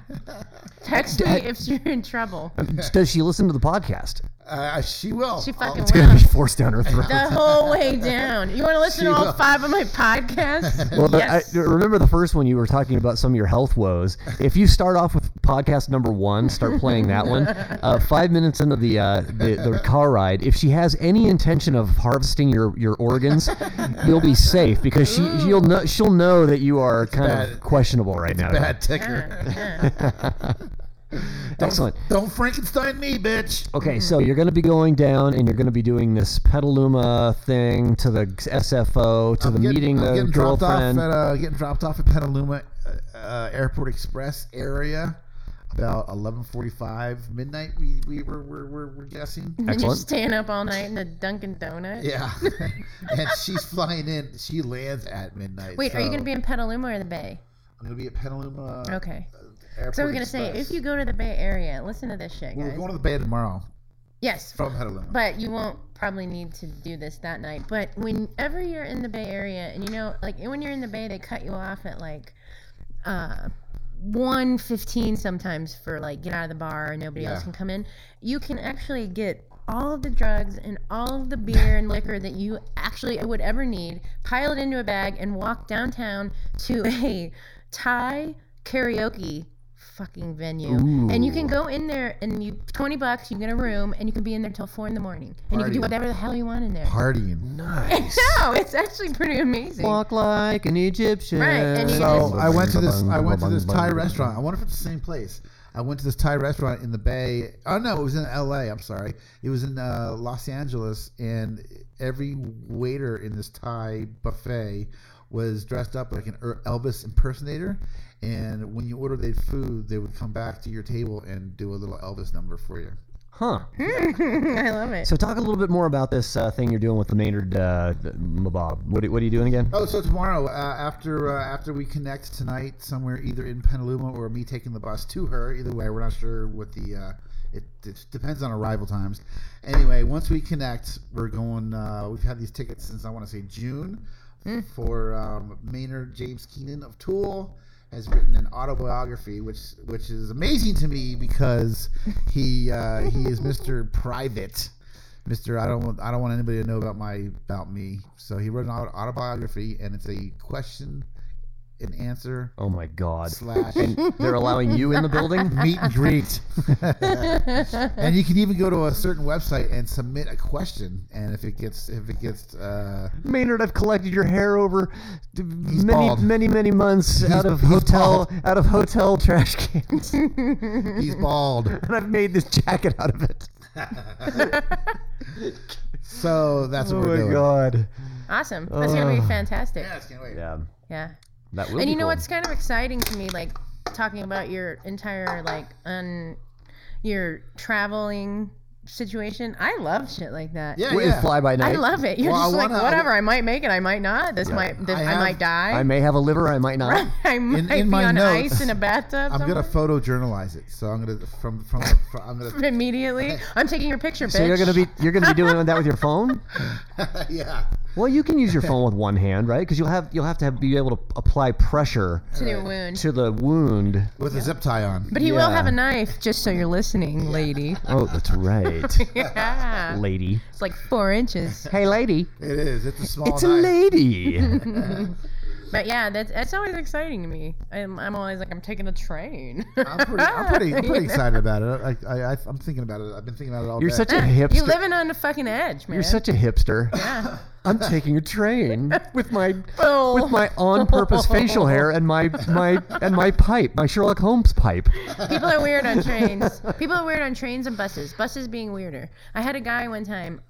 Speaker 3: Text me if you're in trouble.
Speaker 1: *laughs* Does she listen to the podcast? *laughs*
Speaker 2: Uh, she will.
Speaker 3: She
Speaker 2: I'll-
Speaker 3: fucking
Speaker 1: It's gonna
Speaker 3: will.
Speaker 1: be forced down her throat.
Speaker 3: The whole way down. You want to
Speaker 2: She
Speaker 3: listen to all
Speaker 2: will.
Speaker 3: five of my
Speaker 2: *laughs*
Speaker 3: podcasts?
Speaker 1: Well, the-
Speaker 3: yes.
Speaker 1: I, remember the first one you were talking about some of your health woes. If you start off with podcast number one, start playing that one. Uh, five minutes into the, uh, the the car ride, if she has any intention of harvesting your, your organs, you'll be safe because she she'll know she'll know that you are kind of
Speaker 2: bad.
Speaker 1: questionable right now.
Speaker 2: Bad
Speaker 3: Uh,
Speaker 2: ticker.
Speaker 3: uh. *laughs*
Speaker 1: *laughs* Excellent. Oh,
Speaker 2: Don't Frankenstein me, bitch.
Speaker 1: Okay, so you're going to be going down, and you're going to be doing this Petaluma thing to the SFO to the
Speaker 2: Get-
Speaker 1: meeting
Speaker 2: I'm
Speaker 1: the
Speaker 2: getting
Speaker 1: girlfriend.
Speaker 2: Dropped off at, uh, getting dropped off at Petaluma uh, uh, Airport Express area about 11:45 midnight. We we were we're, we're, we're
Speaker 1: *laughs*
Speaker 2: guessing.
Speaker 3: And you're
Speaker 1: Excellent.
Speaker 3: staying up all night in the Dunkin' Donut.
Speaker 2: Yeah, *laughs* and she's flying in. She lands at midnight.
Speaker 3: Wait, are you
Speaker 2: so
Speaker 3: going to be in Petaluma or the Bay?
Speaker 2: I'm gonna be at Petaluma.
Speaker 3: Okay.
Speaker 2: Airport
Speaker 3: So we're going to say,
Speaker 2: uh, Express.
Speaker 3: if you go to the Bay Area, listen to this shit,
Speaker 2: we're
Speaker 3: guys.
Speaker 2: going to the Bay tomorrow
Speaker 3: Yes.
Speaker 2: from Petaluma.
Speaker 3: But you won't probably need to do this that night. But whenever you're in the Bay Area, and you know, like when you're in the Bay, they cut you off at like uh, one fifteen sometimes for like get out of the bar and nobody else
Speaker 2: Yeah.
Speaker 3: can come in. You can actually get all of the drugs and all of the beer and liquor that you actually would ever need piled into a bag and walk downtown to a Thai karaoke fucking venue. And you can
Speaker 1: Ooh.
Speaker 3: go in there and you twenty bucks, you get a room and you can be in there till four in the morning. And you can
Speaker 2: Party.
Speaker 3: do whatever the hell you want in there.
Speaker 2: Partying.
Speaker 1: nice.
Speaker 3: *laughs* No, it's actually pretty amazing.
Speaker 1: Walk like an Egyptian.
Speaker 3: Right, and you
Speaker 2: So
Speaker 3: just-
Speaker 2: I went to this. I went to
Speaker 1: *laughs*
Speaker 2: this Thai restaurant. I wonder if it's the same place. I went to this Thai restaurant in the Bay. Oh no, it was in L.A. I'm sorry. It was in uh, Los Angeles, and every waiter in this Thai buffet was dressed up like an Er- Elvis impersonator. And when you ordered their food, they would come back to your table and do a little Elvis number for you.
Speaker 1: Huh.
Speaker 3: *laughs* I love it.
Speaker 1: So talk a little bit more about this uh, thing you're doing with the Maynard uh, Mabab. What, are- what are you doing again?
Speaker 2: Oh, so tomorrow uh, after uh, after we connect tonight, somewhere either in Petaluma or me taking the bus to her. Either way, we're not sure what the uh, it, it depends on arrival times. Anyway, once we connect, we're going. Uh, we've had these tickets since I want to say June for um, Maynard James Keenan of Tool has written an autobiography, which which is amazing to me because he uh, he is Mr. Private. Mister, I don't want I don't want anybody to know about my about me. So he wrote an auto- autobiography, and it's a question and answer
Speaker 1: Oh my God. *laughs*
Speaker 2: slash
Speaker 1: They're allowing you in the building?
Speaker 2: *laughs* meet and greet. and you can even go to a certain website and submit a question, and if it gets if it gets uh,
Speaker 1: *laughs* Maynard, I've collected your hair over d- many,
Speaker 2: bald.
Speaker 1: many, many months out of
Speaker 2: he's
Speaker 1: hotel,
Speaker 2: bald.
Speaker 1: out of hotel *laughs* trash cans, and
Speaker 2: he's bald,
Speaker 1: I've made this jacket out of it.
Speaker 2: so that's
Speaker 1: Oh
Speaker 2: what we're
Speaker 1: my
Speaker 2: doing.
Speaker 1: God.
Speaker 3: *laughs* Awesome. That's gonna
Speaker 2: uh,
Speaker 3: be
Speaker 1: Ugh.
Speaker 3: fantastic.
Speaker 2: Yes, can't wait.
Speaker 1: Yeah,
Speaker 3: yeah.
Speaker 1: that will.
Speaker 3: and
Speaker 1: be
Speaker 3: you know
Speaker 1: cool.
Speaker 3: what's kind of exciting to me like talking about your entire like un your traveling situation i love shit like that
Speaker 2: Yeah,
Speaker 1: Wait,
Speaker 2: yeah.
Speaker 1: fly by night.
Speaker 3: i love it you're
Speaker 2: Well, I
Speaker 3: just like
Speaker 2: wanna-
Speaker 3: whatever i might make it i might not this might this,
Speaker 2: I
Speaker 3: I,
Speaker 2: have-
Speaker 3: might
Speaker 1: I
Speaker 3: *laughs* die
Speaker 1: may have a liver. I might not.
Speaker 3: i might
Speaker 2: in
Speaker 3: be
Speaker 2: my
Speaker 3: on
Speaker 2: notes,
Speaker 3: ice in a bathtub
Speaker 2: I'm gonna
Speaker 3: somewhere.
Speaker 2: photojournalize it. So I'm gonna from from, the- from I'm
Speaker 3: *laughs*
Speaker 2: gonna *laughs*
Speaker 3: immediately i'm taking your picture bitch.
Speaker 1: So you're gonna be you're gonna be doing that with your
Speaker 3: *laughs*
Speaker 1: phone.
Speaker 2: yeah.
Speaker 1: Well, you can use your phone with one hand, right? Because you'll have you'll have to have, be able to apply pressure
Speaker 3: to do a wound
Speaker 1: to the wound.
Speaker 2: with a zip tie on.
Speaker 3: but he will have
Speaker 1: Yeah.
Speaker 3: a knife just so you're
Speaker 1: *laughs*
Speaker 3: listening lady
Speaker 1: Oh, that's right,
Speaker 3: *laughs* yeah
Speaker 1: lady.
Speaker 3: it's like four inches
Speaker 1: Hey, lady.
Speaker 2: It is. It's a small
Speaker 1: It's a
Speaker 2: knife.
Speaker 1: lady.
Speaker 3: But yeah, that's that's always exciting to me. I'm, I'm always like I'm taking a train.
Speaker 2: I'm pretty, I'm pretty, I'm
Speaker 3: *laughs*
Speaker 2: pretty excited about it. I, I, I, I'm thinking about it. I've been thinking about it all
Speaker 1: You're
Speaker 2: day.
Speaker 1: such a
Speaker 3: *laughs* you
Speaker 1: hipster.
Speaker 3: living on the fucking edge, man.
Speaker 1: You're such a hipster.
Speaker 3: yeah.
Speaker 1: I'm taking a
Speaker 3: *laughs*
Speaker 1: train with my *laughs*
Speaker 3: Oh.
Speaker 1: with my on purpose facial hair and my my and my pipe, my Sherlock Holmes pipe.
Speaker 3: People are weird on trains. People are weird on trains and buses. Buses being weirder. I had a guy one time.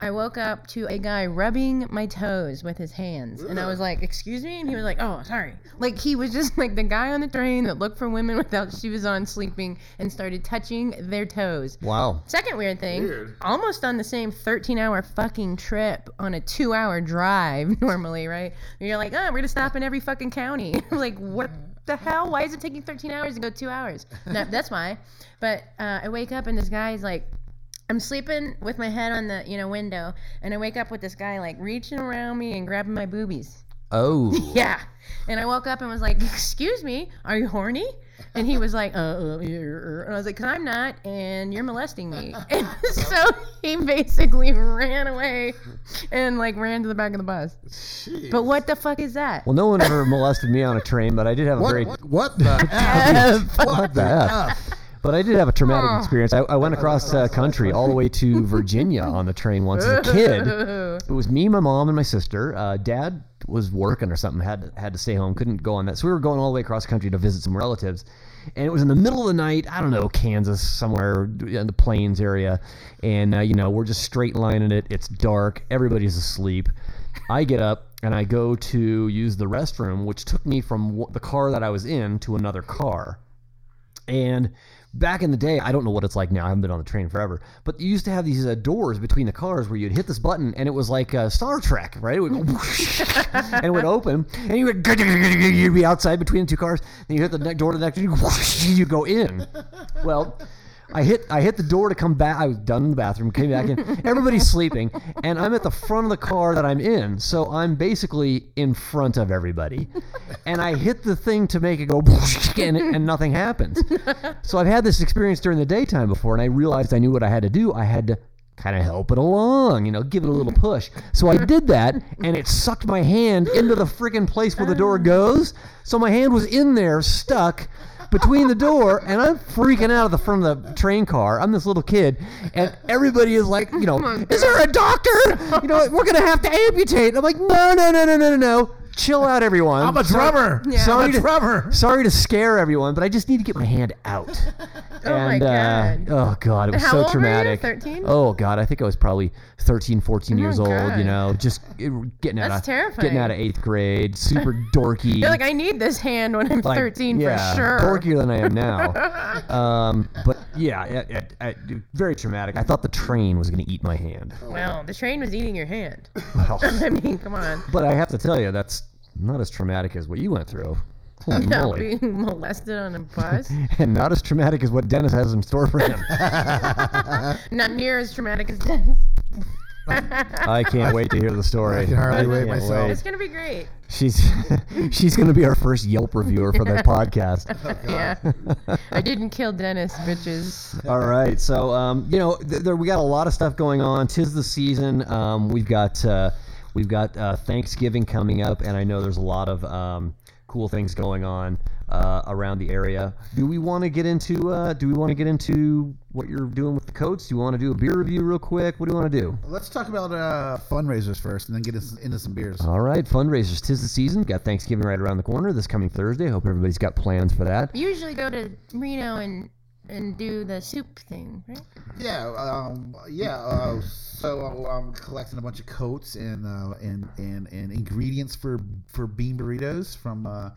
Speaker 3: I woke up to a guy rubbing my toes with his hands, and I was like, "Excuse me," and he was like, "Oh, sorry." Like he was just like the guy on the train that looked for women without shoes on, sleeping, and started touching their toes.
Speaker 1: Wow.
Speaker 3: Second weird thing,
Speaker 2: Weird.
Speaker 3: almost on the same 13 hour fucking trip on a two hour drive *laughs* normally, right? You're like, oh, we're going to stop in every fucking county. *laughs* like, what the hell? Why is it taking 13 hours to go two hours? No, that's why. But uh, I wake up and this guy's like, I'm sleeping with my head on the, you know, window, and I wake up with this guy like reaching around me and grabbing my boobies.
Speaker 1: Oh.
Speaker 3: *laughs* Yeah. And I woke up and was like, "Excuse me, are you horny?" And he was like, "Uh, uh, uh," and I was like, "Cause I'm not, and you're molesting me." *laughs* And
Speaker 1: *laughs*
Speaker 3: so he basically ran away, and like ran to the back of the bus.
Speaker 2: Jeez.
Speaker 3: But what the fuck is that?
Speaker 1: Well, no one ever molested me on a train, but I did have a very
Speaker 2: What,
Speaker 1: *laughs*
Speaker 2: what the
Speaker 1: F.
Speaker 2: F?
Speaker 1: What the F? But I did have a traumatic
Speaker 3: Oh.
Speaker 1: experience. I, I went across uh, country all the way to Virginia on the train once as a kid.
Speaker 3: Ooh.
Speaker 1: It was me, my mom, and my sister. Uh, Dad was working or something, had had to stay home, couldn't go on that. So we were going all the way across country to visit some relatives. And it was in the middle of the night, I don't know, Kansas, somewhere in the plains area. And, uh, you know, we're just straight lining it. It's dark. Everybody's asleep. I get up and I go to use the restroom, which took me from w- the car that I was in to another car. And back in the day, I don't know what it's like now. I haven't been on the train forever, but you used to have these uh, doors between the cars where you'd hit this button and it was like uh, Star Trek, right? It would go *laughs* whoosh, and it would open, and you would *laughs* you'd be outside between the two cars. Then you hit the next door to the next, *laughs* and whoosh, you go in. Well. I hit I hit the door to come back. I was done in the bathroom, came back in. Everybody's sleeping, and I'm at the front of the car that I'm in, so I'm basically in front of everybody. And I hit the thing to make it go, *laughs* and, it, and nothing happens. So I've had this experience during the daytime before, and I realized I knew what I had to do. I had to kind of help it along, you know, give it a little push. So I did that, and it sucked my hand into the friggin' place where the door goes. So my hand was in there, stuck between the door, and I'm freaking out at the front of the train car. I'm this little kid, and everybody is like, you know, is there a doctor? You know, we're gonna have to amputate. I'm like, no, no, no, no, no, no, no. Chill out, everyone.
Speaker 2: I'm a
Speaker 1: Sorry-
Speaker 2: drummer.
Speaker 3: Yeah.
Speaker 1: Sorry
Speaker 2: I'm a
Speaker 1: to-
Speaker 2: drummer.
Speaker 1: Sorry to scare everyone, but I just need to get my hand out.
Speaker 3: *laughs* Oh my God.
Speaker 1: Uh, oh god, it was
Speaker 3: How
Speaker 1: so
Speaker 3: old were you?
Speaker 1: traumatic.
Speaker 3: 13?
Speaker 1: Oh god, I think I was probably 13, 14 years old, you
Speaker 3: Oh God.
Speaker 1: know, just it- getting out
Speaker 3: That's
Speaker 1: of
Speaker 3: terrifying.
Speaker 1: getting out of 8th grade,
Speaker 3: *laughs*
Speaker 1: super dorky.
Speaker 3: You're like, I need this hand when I'm
Speaker 1: like,
Speaker 3: 13
Speaker 1: yeah,
Speaker 3: for sure.
Speaker 1: Dorkier than I am
Speaker 3: *laughs*
Speaker 1: now. um, but yeah, it- it- it- very traumatic. I thought the train was going to eat my hand.
Speaker 3: Well, the train was eating
Speaker 1: *laughs*
Speaker 3: your hand. *laughs*
Speaker 1: Well,
Speaker 3: I mean, come on. *laughs*
Speaker 1: but I have to tell you that's not as traumatic as what you went through.
Speaker 3: *laughs*
Speaker 1: Holy
Speaker 3: No,
Speaker 1: moly.
Speaker 3: being molested on a bus.
Speaker 1: *laughs* And not as traumatic as what Dennis has in store for
Speaker 3: *laughs*
Speaker 1: him.
Speaker 3: Not near as traumatic as this.
Speaker 1: Uh-huh. *laughs*
Speaker 3: *laughs*
Speaker 1: I can't wait to hear the story.
Speaker 2: I can hardly wait
Speaker 1: can't
Speaker 2: myself.
Speaker 3: It's gonna be great.
Speaker 1: She's *laughs* she's gonna be our first Yelp reviewer for the podcast.
Speaker 3: *laughs*
Speaker 1: *laughs*
Speaker 3: Yeah. I didn't kill Dennis, bitches.
Speaker 1: All right, so um, you know, th- there, we got a lot of stuff going on. Tis the season. Um, we've got uh, we've got uh, Thanksgiving coming up, and I know there's a lot of um, cool things going on uh, around the area. Do we want to get into uh, Do we want to get into what you're doing with the coats? Do you want to do a beer review real quick? What do you want to do?
Speaker 2: Let's talk about uh, fundraisers first, and then get into- into some beers.
Speaker 1: All right, fundraisers. Tis the season. Got Thanksgiving right around the corner this coming Thursday. Hope everybody's got plans for that.
Speaker 3: You usually go to Reno and and do the soup thing, right?
Speaker 2: Yeah, um, yeah. Uh, so uh, I'm collecting a bunch of coats and uh, and, and and ingredients for for bean burritos from. Uh,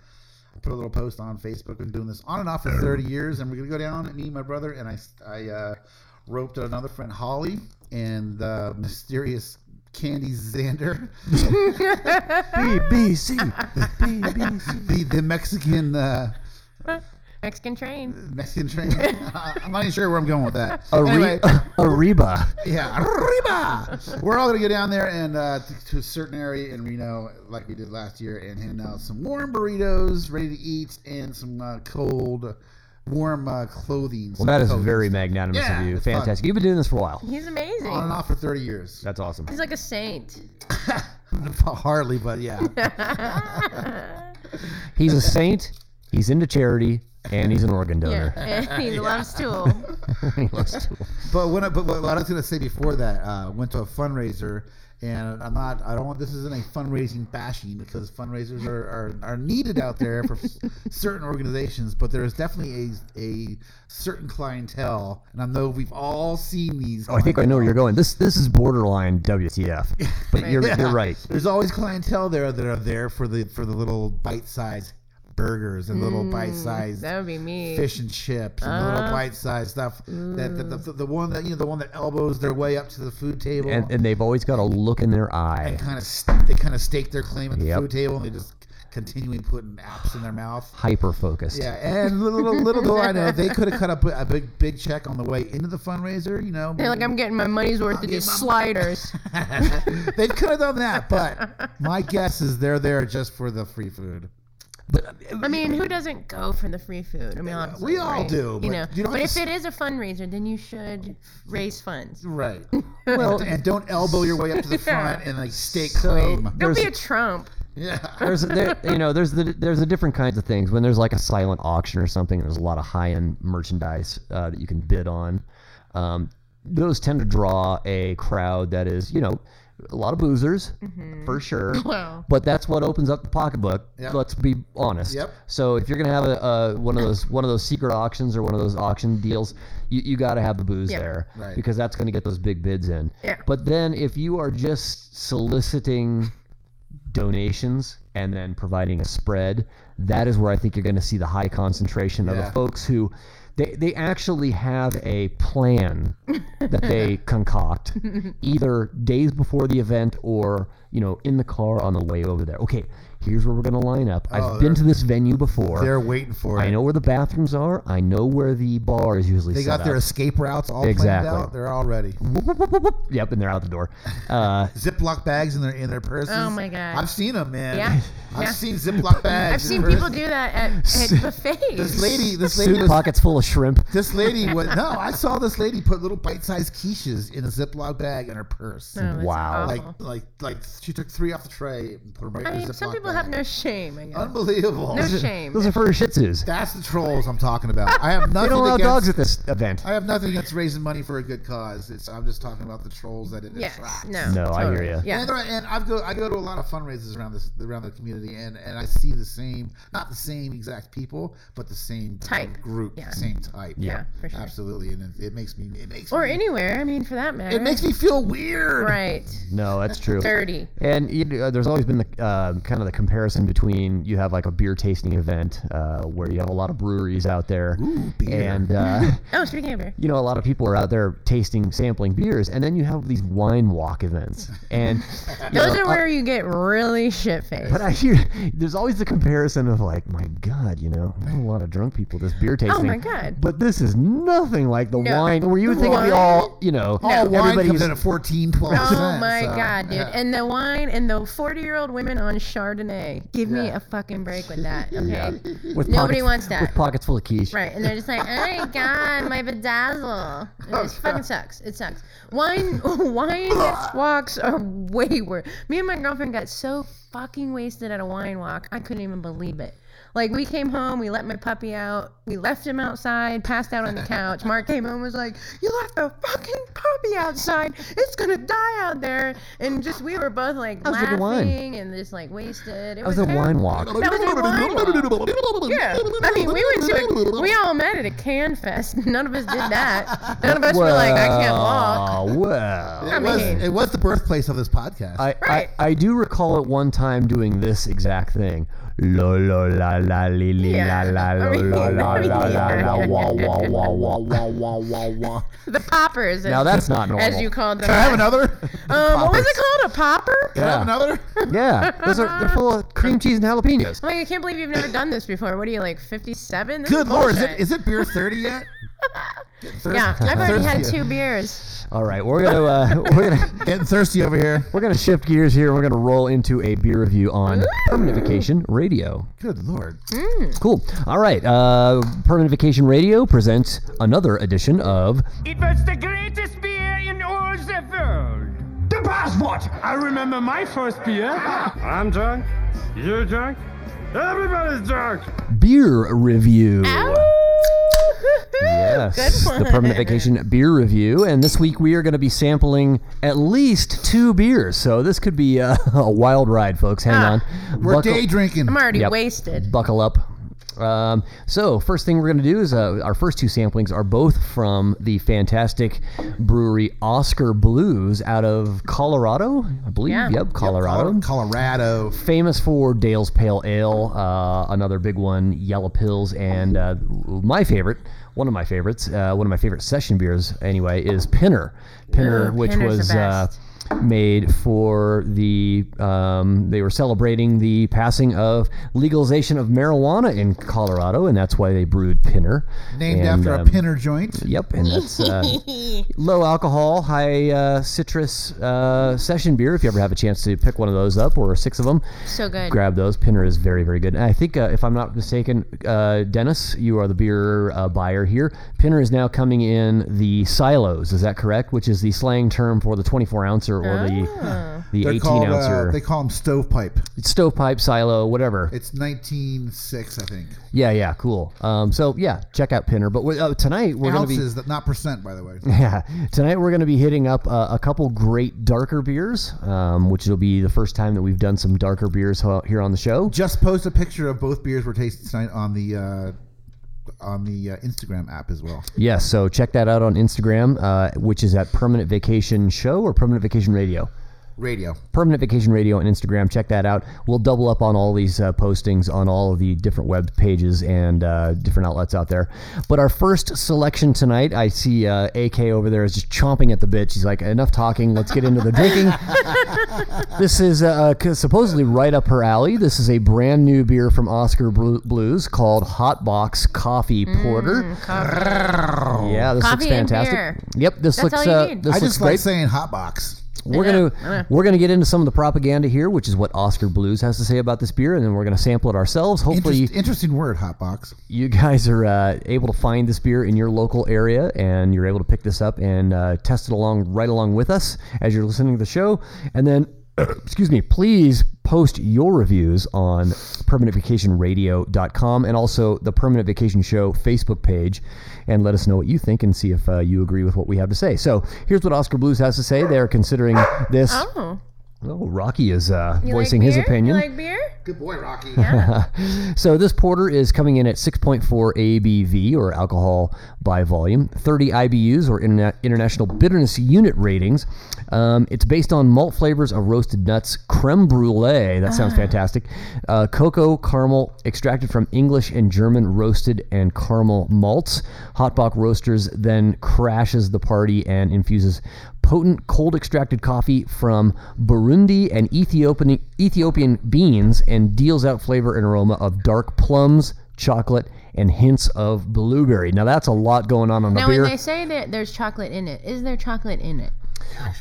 Speaker 2: I put a little post on Facebook. Been doing this on and off for 30 years, and we're gonna go down and meet my brother. And I I uh, roped another friend, Holly, and the mysterious Candy Xander,
Speaker 1: BBC.
Speaker 2: *laughs* the the Mexican. Uh,
Speaker 3: Mexican train.
Speaker 2: Mexican train. *laughs* I'm not even sure where I'm going with that.
Speaker 1: *laughs*
Speaker 2: Anyway.
Speaker 1: Arriba. Arriba.
Speaker 2: Yeah, arriba! We're all gonna go down there and uh, to, to a certain area in Reno, like we did last year, and hand out some warm burritos, ready to eat, and some uh, cold, warm uh, clothing.
Speaker 1: Well, that is very magnanimous
Speaker 2: Oh, Yeah,
Speaker 1: of you.
Speaker 2: it's fun. Um,
Speaker 1: Fantastic. You've been doing this for a while.
Speaker 3: He's
Speaker 2: on and
Speaker 3: amazing.
Speaker 2: off for 30 years.
Speaker 1: That's awesome.
Speaker 3: He's like a saint.
Speaker 2: *laughs* Hardly, but yeah.
Speaker 3: yeah,
Speaker 1: He's
Speaker 2: *laughs*
Speaker 1: a saint. He's into charity, and he's an organ donor.
Speaker 3: *laughs* and
Speaker 2: *laughs*
Speaker 3: he loves Tool.
Speaker 1: *laughs* he loves Tool.
Speaker 2: But when I, but what I was gonna say before that, uh, went to a fundraiser, and I'm not. I don't want this isn't a fundraising bashing because fundraisers are, are, are needed out there for s- *laughs* certain organizations. But there is definitely a a certain clientele, and I know we've all seen these.
Speaker 1: Oh, I think I know where you're going. This this is borderline WTF, but you're
Speaker 2: *laughs* Yeah.
Speaker 1: you're right.
Speaker 2: There's always clientele there that are there for the for the little bite sized burgers and little bite sized
Speaker 3: Hmm, That would be Uh-huh. Hmm. me.
Speaker 2: fish and chips and little bite-sized stuff. That, that the, the one that you know, the one that elbows their way up to the food table
Speaker 1: And and they've always got a look in their eye.
Speaker 2: kind of they kind of stake their claim at the
Speaker 1: Yep.
Speaker 2: food table and they just continually putting apps in their mouth.
Speaker 1: Hyper focused.
Speaker 2: Yeah, and little little, little do I know they could have cut up a big big check on the way into the fundraiser. You know,
Speaker 3: They're like, I'm getting my money's worth of
Speaker 2: *laughs*
Speaker 3: these sliders.
Speaker 2: they could have done that, but my guess is they're there just for the free food.
Speaker 3: I mean, who doesn't go for the free food? I mean, obviously,
Speaker 2: we all
Speaker 3: right?
Speaker 2: do, but
Speaker 3: You know,
Speaker 2: you don't
Speaker 3: but
Speaker 2: have
Speaker 3: if
Speaker 2: to
Speaker 3: it is a fundraiser, then you should raise funds.
Speaker 2: Right. Well, and don't elbow your way up to the front and like stake claim.
Speaker 3: Don't be a
Speaker 1: There's-
Speaker 3: Trump.
Speaker 2: Yeah.
Speaker 1: there's there, you know there's the there's the different kinds of things when there's like a silent auction or something there's a lot of high end merchandise uh, that you can bid on um, those tend to draw a crowd that is you know a lot of boozers
Speaker 3: Mm-hmm.
Speaker 1: for
Speaker 3: *laughs*
Speaker 1: sure
Speaker 3: Wow.
Speaker 1: but that's what opens up the pocketbook
Speaker 2: Yep.
Speaker 1: let's be honest
Speaker 2: Yep.
Speaker 1: so if you're gonna have a, a one of those one of those secret auctions or one of those auction deals you, you got to have the booze
Speaker 3: Yeah.
Speaker 1: there
Speaker 2: Right.
Speaker 1: because that's gonna get those big bids in
Speaker 3: Yeah.
Speaker 1: but then if you are just soliciting donations and then providing a spread, that is where I think you're going to see the high concentration of
Speaker 2: Yeah.
Speaker 1: the folks who they, they actually have a
Speaker 2: *laughs*
Speaker 1: plan that they concoct either days before the event or you know in the car on the way over there. Okay, here's where we're going to line up.
Speaker 2: Oh,
Speaker 1: I've been to
Speaker 2: they're-
Speaker 1: this venue before.
Speaker 2: They're waiting for it.
Speaker 1: I know where the bathrooms are. I know where the bar is usually
Speaker 2: They
Speaker 1: set
Speaker 2: got their
Speaker 1: up.
Speaker 2: escape routes all
Speaker 1: Exactly.
Speaker 2: planned out. They're all ready.
Speaker 1: Yep, and they're out the door.
Speaker 2: *laughs*
Speaker 1: Uh,
Speaker 2: Ziploc bags in their in their purses.
Speaker 3: Oh my God.
Speaker 2: I've seen them, man.
Speaker 3: Yeah,
Speaker 2: I've
Speaker 3: yeah.
Speaker 2: seen Ziploc bags.
Speaker 3: *laughs* I've
Speaker 2: in
Speaker 3: seen
Speaker 2: purses.
Speaker 3: people do that
Speaker 2: *laughs*
Speaker 3: at, at buffets.
Speaker 2: This lady, this lady,
Speaker 1: suit
Speaker 2: was,
Speaker 1: pockets full of shrimp.
Speaker 2: this lady was no. I saw this lady put little bite-sized quiches in a Ziploc bag in her purse.
Speaker 3: Oh, that's
Speaker 1: Wow.
Speaker 3: awful.
Speaker 2: Like, like, like she took three off the tray and put them right
Speaker 3: I
Speaker 2: in a
Speaker 3: mean,
Speaker 2: Ziploc
Speaker 3: some people
Speaker 2: bag.
Speaker 3: have no shame. I guess.
Speaker 2: Unbelievable.
Speaker 3: No shame.
Speaker 1: Those are for Shih Tzus.
Speaker 2: *laughs* That's the trolls I'm talking about. I
Speaker 1: *laughs*
Speaker 2: have
Speaker 1: They
Speaker 2: nothing
Speaker 1: don't allow
Speaker 2: against,
Speaker 1: dogs at this event.
Speaker 2: I have nothing against raising money for a good cause. It's I'm just talking about the trolls that it
Speaker 3: Yes.
Speaker 2: attracts.
Speaker 3: No.
Speaker 1: No, I hear
Speaker 3: totally.
Speaker 1: ya.
Speaker 3: Yeah.
Speaker 2: And, there are- and I've go I go to a lot of fundraisers around this around the community, and, and I see the same not the same exact people, but the same
Speaker 3: Type.
Speaker 2: group,
Speaker 3: Yeah.
Speaker 2: same type.
Speaker 3: Yeah, for sure.
Speaker 2: absolutely. And it, it makes me it makes
Speaker 3: Or
Speaker 2: me,
Speaker 3: anywhere. I mean, for that matter.
Speaker 2: it makes me feel weird.
Speaker 3: right.
Speaker 1: No, that's true.
Speaker 3: Dirty.
Speaker 1: And you know, there's always been the uh, kind of the comparison between you have like a beer tasting event uh, where you have a lot of breweries out there,
Speaker 2: Ooh, beer.
Speaker 1: and uh, *laughs*
Speaker 3: Oh, speaking of beer.
Speaker 1: you know a lot of people are out there tasting, sampling beers, and then you have these wine walk events,
Speaker 3: *laughs*
Speaker 1: and you
Speaker 3: Those
Speaker 1: know, uh,
Speaker 3: are where you get really shit faced.
Speaker 1: But I hear there's always the comparison of like, my God, you know, not a lot of drunk people at this beer tasting.
Speaker 3: Oh, my God.
Speaker 1: But this is nothing like the
Speaker 3: No.
Speaker 1: wine where you would think it'd be
Speaker 3: Wine?
Speaker 1: all, you know,
Speaker 2: All wine comes
Speaker 1: everybody's
Speaker 2: in at 14, 12
Speaker 3: Oh my god, dude! And the wine and the forty-year-old women on Chardonnay. Give me
Speaker 2: Yeah.
Speaker 3: a fucking break with that, okay?
Speaker 1: yeah, with
Speaker 3: Nobody
Speaker 1: pockets,
Speaker 3: wants that.
Speaker 1: With pockets full of quiche.
Speaker 3: Right, and they're just like, oh my god, my bedazzle. And
Speaker 1: *laughs*
Speaker 3: It fucking sucks. It sucks. Wine, *laughs* wine walks are way worse. Me and my girlfriend got so fucking wasted at a wine walk, I couldn't even believe it. Like we came home, we let my puppy out, we left him outside, passed out on the couch. Mark came home and was like, "You left the fucking puppy outside. It's gonna die out there." And just we were both like
Speaker 1: was drinking wine.
Speaker 3: laughing and just like wasted. It
Speaker 1: That was a
Speaker 3: terrible.
Speaker 1: wine walk.
Speaker 3: That was a wine walk. Yeah, I mean, we went to a, we all met at a can fest. *laughs* None of us did that. None of us were like, I can't walk.
Speaker 1: Well, well.
Speaker 3: *laughs*
Speaker 2: It
Speaker 3: I
Speaker 2: was
Speaker 3: mean-
Speaker 2: it was the birthplace of this podcast.
Speaker 1: I,
Speaker 3: Right.
Speaker 1: I, I do recall at one time doing this exact thing. Lo lo la la li li la
Speaker 3: Yeah.
Speaker 1: la lo
Speaker 3: I mean,
Speaker 1: lo la la la la
Speaker 3: yeah.
Speaker 1: wah wah wah wah wah wah wah wah.
Speaker 3: The poppers,
Speaker 1: Now
Speaker 3: as,
Speaker 1: that's not normal.
Speaker 3: as you called them.
Speaker 2: Can I have another? Can
Speaker 3: um, what was it called? A popper?
Speaker 2: I have
Speaker 1: Yeah.
Speaker 2: another?
Speaker 1: Yeah, those are they're full of cream cheese and jalapenos.
Speaker 3: Oh, I can't believe you've never done this before. What are you like, fifty-seven?
Speaker 2: Good lord, is it is it beer thirty
Speaker 3: *laughs*
Speaker 2: yet? Thir-
Speaker 3: Yeah, I've already had
Speaker 2: thirsty.
Speaker 3: two beers.
Speaker 1: All right, we're gonna uh, *laughs* we're gonna
Speaker 2: Getting thirsty over here.
Speaker 1: we're gonna shift gears here. We're gonna roll into a beer review on Permanent Vacation Radio.
Speaker 2: Good lord.
Speaker 3: Hmm?
Speaker 1: Cool. All right, uh, Permanent Vacation Radio presents another edition of
Speaker 4: It was the greatest beer in all the world. The
Speaker 2: was vodka.
Speaker 4: I remember my first beer. *laughs* I'm drunk. You're drunk. Everybody's drunk.
Speaker 1: Beer review.
Speaker 3: Ow!
Speaker 1: Yes,
Speaker 3: Oh, Good one.
Speaker 1: the permanent vacation beer review, and this week we are going to be sampling at least two beers. So this could be uh, *laughs* a wild ride, folks. Hang
Speaker 3: Ah.
Speaker 1: on,
Speaker 2: We're
Speaker 1: buckle,
Speaker 2: day drinking.
Speaker 3: I'm already
Speaker 1: Yep.
Speaker 3: wasted.
Speaker 1: buckle up. Um, so first thing we're going to do is uh, our first two samplings are both from the fantastic brewery Oscar Blues out of Colorado, I believe.
Speaker 3: Yeah.
Speaker 1: Yep, Colorado.
Speaker 2: Colorado.
Speaker 1: Famous for Dale's Pale Ale, uh, another big one, Yellow Pills, and uh, my favorite, one of my favorites, uh, one of my favorite session beers anyway, is Pinner. Pinner,
Speaker 3: Ooh,
Speaker 1: which
Speaker 3: Pinner's the
Speaker 1: was uh,
Speaker 3: best.
Speaker 1: made for the, um, they were celebrating the passing of legalization of marijuana in Colorado, and that's why they brewed Pinner.
Speaker 2: Named
Speaker 1: And,
Speaker 2: after
Speaker 1: um,
Speaker 2: a pinner joint.
Speaker 1: Yep, and that's
Speaker 3: *laughs*
Speaker 1: uh, low alcohol, high uh, citrus uh, session beer. If you ever have a chance to pick one of those up or six of them,
Speaker 3: so good.
Speaker 1: grab those. Pinner is very, very good. And I think, uh, if I'm not mistaken, uh, Dennis, you are the beer uh, buyer here. Pinner is now coming in the silos. Is that correct? Which is the slang term for the 24 ouncer or the the 18
Speaker 2: called,
Speaker 1: ouncer
Speaker 2: Uh, they call them stovepipe.
Speaker 1: stovepipe silo, whatever.
Speaker 2: It's 196, I think.
Speaker 1: yeah, yeah, cool. Um, so yeah, check out Pinner. But we- uh, tonight we're going to be
Speaker 2: Ounces, that not percent, by the way.
Speaker 1: *laughs*
Speaker 2: *laughs*
Speaker 1: Yeah, tonight we're going to be hitting up uh, a couple great darker beers, um, which will be the first time that we've done some darker beers ho- here on the show.
Speaker 2: Just post a picture of both beers we're tasting tonight on the uh, on the uh, Instagram app as well.
Speaker 1: Yes, so check that out on Instagram, uh, which is at Permanent Vacation Show or Permanent Vacation Radio.
Speaker 2: Radio.
Speaker 1: Permanent Vacation Radio on Instagram. Check that out. We'll double up on all these uh, postings on all of the different web pages and uh, different outlets out there. But our first selection tonight, I see uh, AK over there is just chomping at the bit. She's like, enough talking. Let's get into the drinking. this is uh, c- supposedly right up her alley. This is a brand new beer from Oscar Blu- Blues called Hot Box Coffee Porter.
Speaker 3: Oh.
Speaker 1: Yeah, this
Speaker 3: Coffee
Speaker 1: looks
Speaker 3: and
Speaker 1: fantastic.
Speaker 3: beer.
Speaker 1: Yep, this
Speaker 3: That's
Speaker 1: looks
Speaker 3: all you
Speaker 1: uh,
Speaker 3: need.
Speaker 1: this
Speaker 2: Oh. I
Speaker 1: looks
Speaker 2: just
Speaker 1: great
Speaker 2: like saying hot box.
Speaker 1: we're
Speaker 3: Yeah,
Speaker 1: gonna
Speaker 3: yeah.
Speaker 1: we're gonna get into some of the propaganda here, which is what Oscar Blues has to say about this beer, and then we're gonna sample it ourselves. Hopefully,
Speaker 2: Interest, interesting word, hot box.
Speaker 1: you guys are uh, able to find this beer in your local area, and you're able to pick this up and uh, test it along right along with us as you're listening to the show, and then. *clears throat* Excuse me, please post your reviews on permanentvacationradio.com and also the Permanent Vacation Show Facebook page and let us know what you think and see if uh, you agree with what we have to say. So here's what Oscar Blues has to say. They're considering this.
Speaker 3: Oh.
Speaker 1: Oh, Rocky is uh,
Speaker 3: You
Speaker 1: voicing
Speaker 3: like
Speaker 1: his
Speaker 3: beer?
Speaker 1: opinion.
Speaker 3: You like beer?
Speaker 2: Good boy, Rocky.
Speaker 1: so this porter is coming in at 6.4 ABV or alcohol by volume, 30 IBUs or interna- international bitterness unit ratings. Um, it's based on malt flavors of roasted nuts, creme brulee. That sounds fantastic. Uh, cocoa caramel extracted from English and German roasted and caramel malts. Hotbox Roasters then crashes the party and infuses potent cold extracted coffee from Burundi and Ethiopian Ethiopian beans and deals out flavor and aroma of dark plums, chocolate, and hints of blueberry. Now that's a lot going on on a
Speaker 3: Now,
Speaker 1: beer.
Speaker 3: when they say that there's chocolate in it, is there chocolate in it?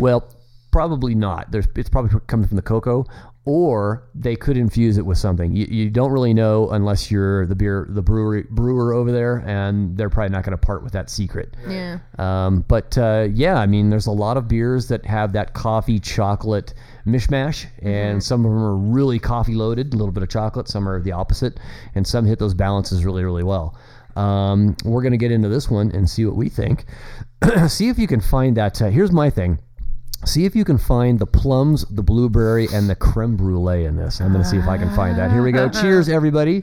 Speaker 1: Well, probably not. There's it's probably coming from the cocoa, or they could infuse it with something. You, you don't really know unless you're the beer the brewery brewer over there, and they're probably not going to part with that secret.
Speaker 3: Yeah.
Speaker 1: Um, but uh, yeah, I mean, there's a lot of beers that have that coffee chocolate mishmash, and some of them are really coffee loaded, a little bit of chocolate. Some are the opposite, and some hit those balances really, really well. Um, we're gonna get into this one and see what we think. *clears throat* see if you can find that. Uh, here's my thing. See if you can find the plums, the blueberry, and the creme brulee in this. I'm gonna see if I can find that. Here we go. Cheers, everybody.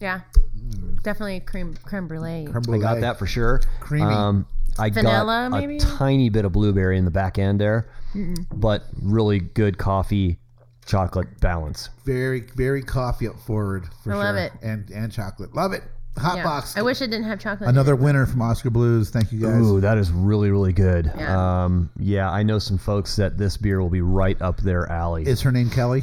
Speaker 3: Yeah.
Speaker 1: Mm.
Speaker 3: Definitely creme, creme brulee.
Speaker 1: I got that for sure.
Speaker 2: Creamy.
Speaker 1: Um, I
Speaker 3: Vanilla,
Speaker 1: got
Speaker 3: maybe?
Speaker 1: a tiny bit of blueberry in the back end there, but really good coffee chocolate balance.
Speaker 2: Very, very coffee up forward for
Speaker 3: I
Speaker 2: sure.
Speaker 3: love it.
Speaker 2: And and chocolate. Love it. Hot
Speaker 3: Yeah.
Speaker 2: box.
Speaker 3: I wish it didn't have chocolate. in it.
Speaker 2: Another winner from Oscar Blues. Thank you guys.
Speaker 1: Ooh, that is really really good.
Speaker 3: Yeah.
Speaker 1: Um, yeah, I know some folks that this beer will be right up their alley.
Speaker 2: Is her name Kelly?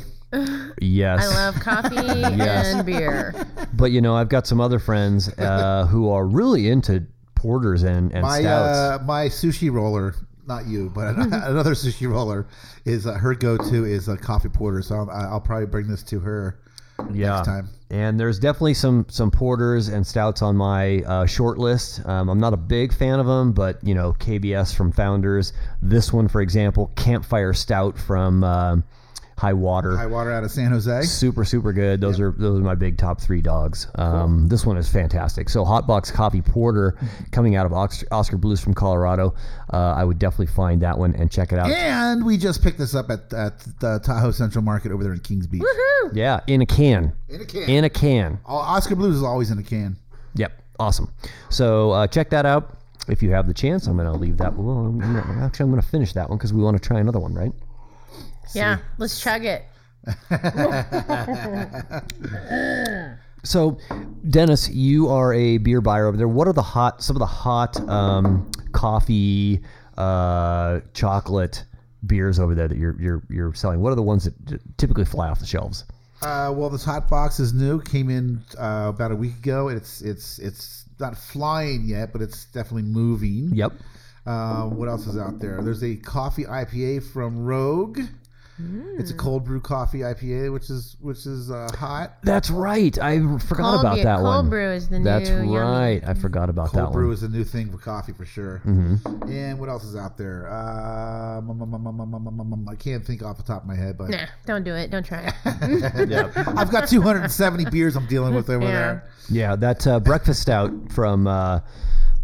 Speaker 1: yes,
Speaker 3: I
Speaker 1: *laughs*
Speaker 3: love coffee and beer.
Speaker 1: but you know I've got some other
Speaker 2: *laughs*
Speaker 1: friends uh, who are really into porters and and
Speaker 2: My
Speaker 1: stouts.
Speaker 2: uh, my sushi roller, not you, but *laughs* an- another sushi roller is uh, her go-to is a coffee porter. So I'll, I'll probably bring this to her
Speaker 1: Yeah.
Speaker 2: next time.
Speaker 1: And there's definitely some some porters and stouts on my uh, short list. Um, I'm not a big fan of them, but you know KBS from Founders. This one, for example, Campfire Stout from um High Water.
Speaker 2: High water out of San Jose.
Speaker 1: Super, super good. Those are those are my big top three dogs. Um, This one is fantastic. So Hotbox Coffee
Speaker 2: *laughs*
Speaker 1: Porter, coming out of Ox- Oscar Blues from Colorado. Uh, I would definitely find that one and check it out.
Speaker 2: And we just picked this up at, at the Tahoe Central Market over there in Kings Beach.
Speaker 3: Woohoo!
Speaker 1: Yeah, in a can.
Speaker 2: In a can.
Speaker 1: In a can.
Speaker 2: Oh, Oscar Blues is always in a can.
Speaker 1: Yep. Awesome. So uh, check that out if you have the chance. I'm gonna leave that. Well, I'm gonna- actually, I'm gonna finish that one because we want to try another one, right?
Speaker 3: Yeah, let's chug it.
Speaker 1: So, Dennis, you are a beer buyer over there. What are the hot? Some of the hot um, coffee, uh, chocolate beers over there that you're you're you're selling. What are the ones that typically fly off the shelves?
Speaker 2: Uh, well, this hot box is new. Came in uh, about a week ago. It's it's it's not flying yet, but it's definitely moving.
Speaker 1: Yep.
Speaker 2: Uh, what else is out there? There's a coffee IPA from Rogue.
Speaker 1: Hmm.
Speaker 2: It's a cold brew coffee IPA, which is which is uh, hot.
Speaker 1: That's right. I forgot
Speaker 3: Cold
Speaker 1: about
Speaker 3: beer-
Speaker 1: that
Speaker 3: cold
Speaker 1: one.
Speaker 3: brew is the
Speaker 1: That's
Speaker 3: new yummy.
Speaker 1: right. I forgot about
Speaker 2: Cold
Speaker 1: that
Speaker 2: brew
Speaker 1: one. Mm-hmm.
Speaker 2: is a new thing for coffee for sure. And what else is out there? Uh, mm, mm, mm, mm, mm, mm, mm, I can't think off the top of my head, but
Speaker 3: Nah, don't do it. Don't try
Speaker 1: *laughs*
Speaker 3: it.
Speaker 2: I've got 270 beers I'm dealing with over
Speaker 3: Yeah.
Speaker 2: there.
Speaker 1: *laughs* Yeah, that uh, breakfast stout from uh,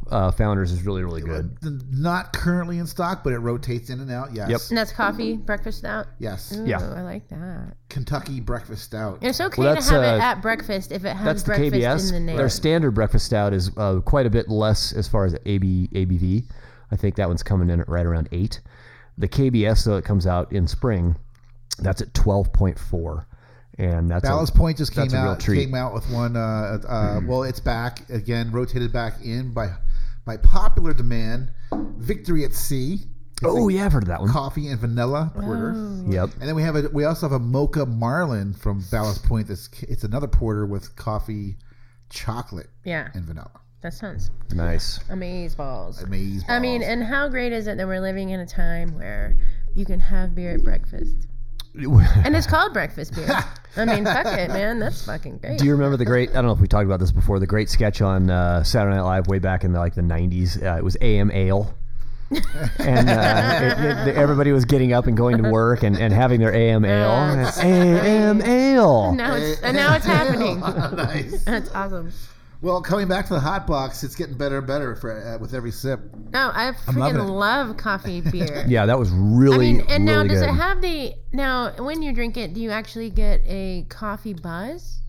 Speaker 1: uh, Founders is really really good.
Speaker 2: Not currently in stock, but it rotates in and out. Yes.
Speaker 1: Yep.
Speaker 3: And that's coffee, breakfast out.
Speaker 2: Yes.
Speaker 3: Ooh,
Speaker 1: Yeah.
Speaker 3: I like that.
Speaker 2: Kentucky breakfast stout.
Speaker 3: It's okay
Speaker 1: Well,
Speaker 3: to
Speaker 1: that's,
Speaker 3: have Mm. it
Speaker 1: uh,
Speaker 3: at breakfast if it has
Speaker 1: That's the
Speaker 3: breakfast
Speaker 1: KBS.
Speaker 3: in the name.
Speaker 1: Their standard breakfast stout is uh, quite a bit less as far as AB, ABV. I think that one's coming in at right around eight. The KBS though it comes out in spring, that's at twelve point four, and that's a-
Speaker 2: Ballast Point just
Speaker 1: that's
Speaker 2: came
Speaker 1: a real
Speaker 2: out
Speaker 1: treat. Mm.
Speaker 2: came out with one. Uh, uh, well, it's back again, rotated back in by by popular demand. Victory at Sea,
Speaker 1: oh yeah, I've heard of that one.
Speaker 2: coffee and vanilla porter.
Speaker 1: Yep.
Speaker 2: And then we have a we also have a mocha marlin from Ballast Point. That's it's another porter with coffee, chocolate,
Speaker 3: yeah,
Speaker 2: and vanilla.
Speaker 3: that sounds
Speaker 1: Nice.
Speaker 3: amaze balls.
Speaker 2: Amaze
Speaker 3: I mean,
Speaker 2: balls.
Speaker 3: and how great is it that we're living in a time where you can have beer at breakfast? And it's called breakfast
Speaker 1: *laughs*
Speaker 3: beer. I mean, fuck it, man. That's fucking great.
Speaker 1: Do you remember the great? I don't know if we talked about this before. The great sketch on uh, Saturday Night Live way back in the, like the '90s. Uh, it was AM
Speaker 3: *laughs*
Speaker 1: Ale, and uh, it- it- everybody was getting up and going to work and, and having their AM
Speaker 3: Oh,
Speaker 1: Ale. And it's AM Ale.
Speaker 3: now
Speaker 2: *laughs*
Speaker 3: it's, and
Speaker 1: *laughs*
Speaker 3: now it's happening. *laughs*
Speaker 2: nice.
Speaker 3: That's awesome.
Speaker 2: Well, coming back to the hot box, it's getting better and better for uh, with every sip.
Speaker 3: No, I
Speaker 2: loving it.
Speaker 3: freaking love coffee beer.
Speaker 1: *laughs* Yeah, that was really.
Speaker 3: I mean, and now
Speaker 1: really
Speaker 3: does
Speaker 1: good.
Speaker 3: it have the now when you drink it, do you actually get a coffee buzz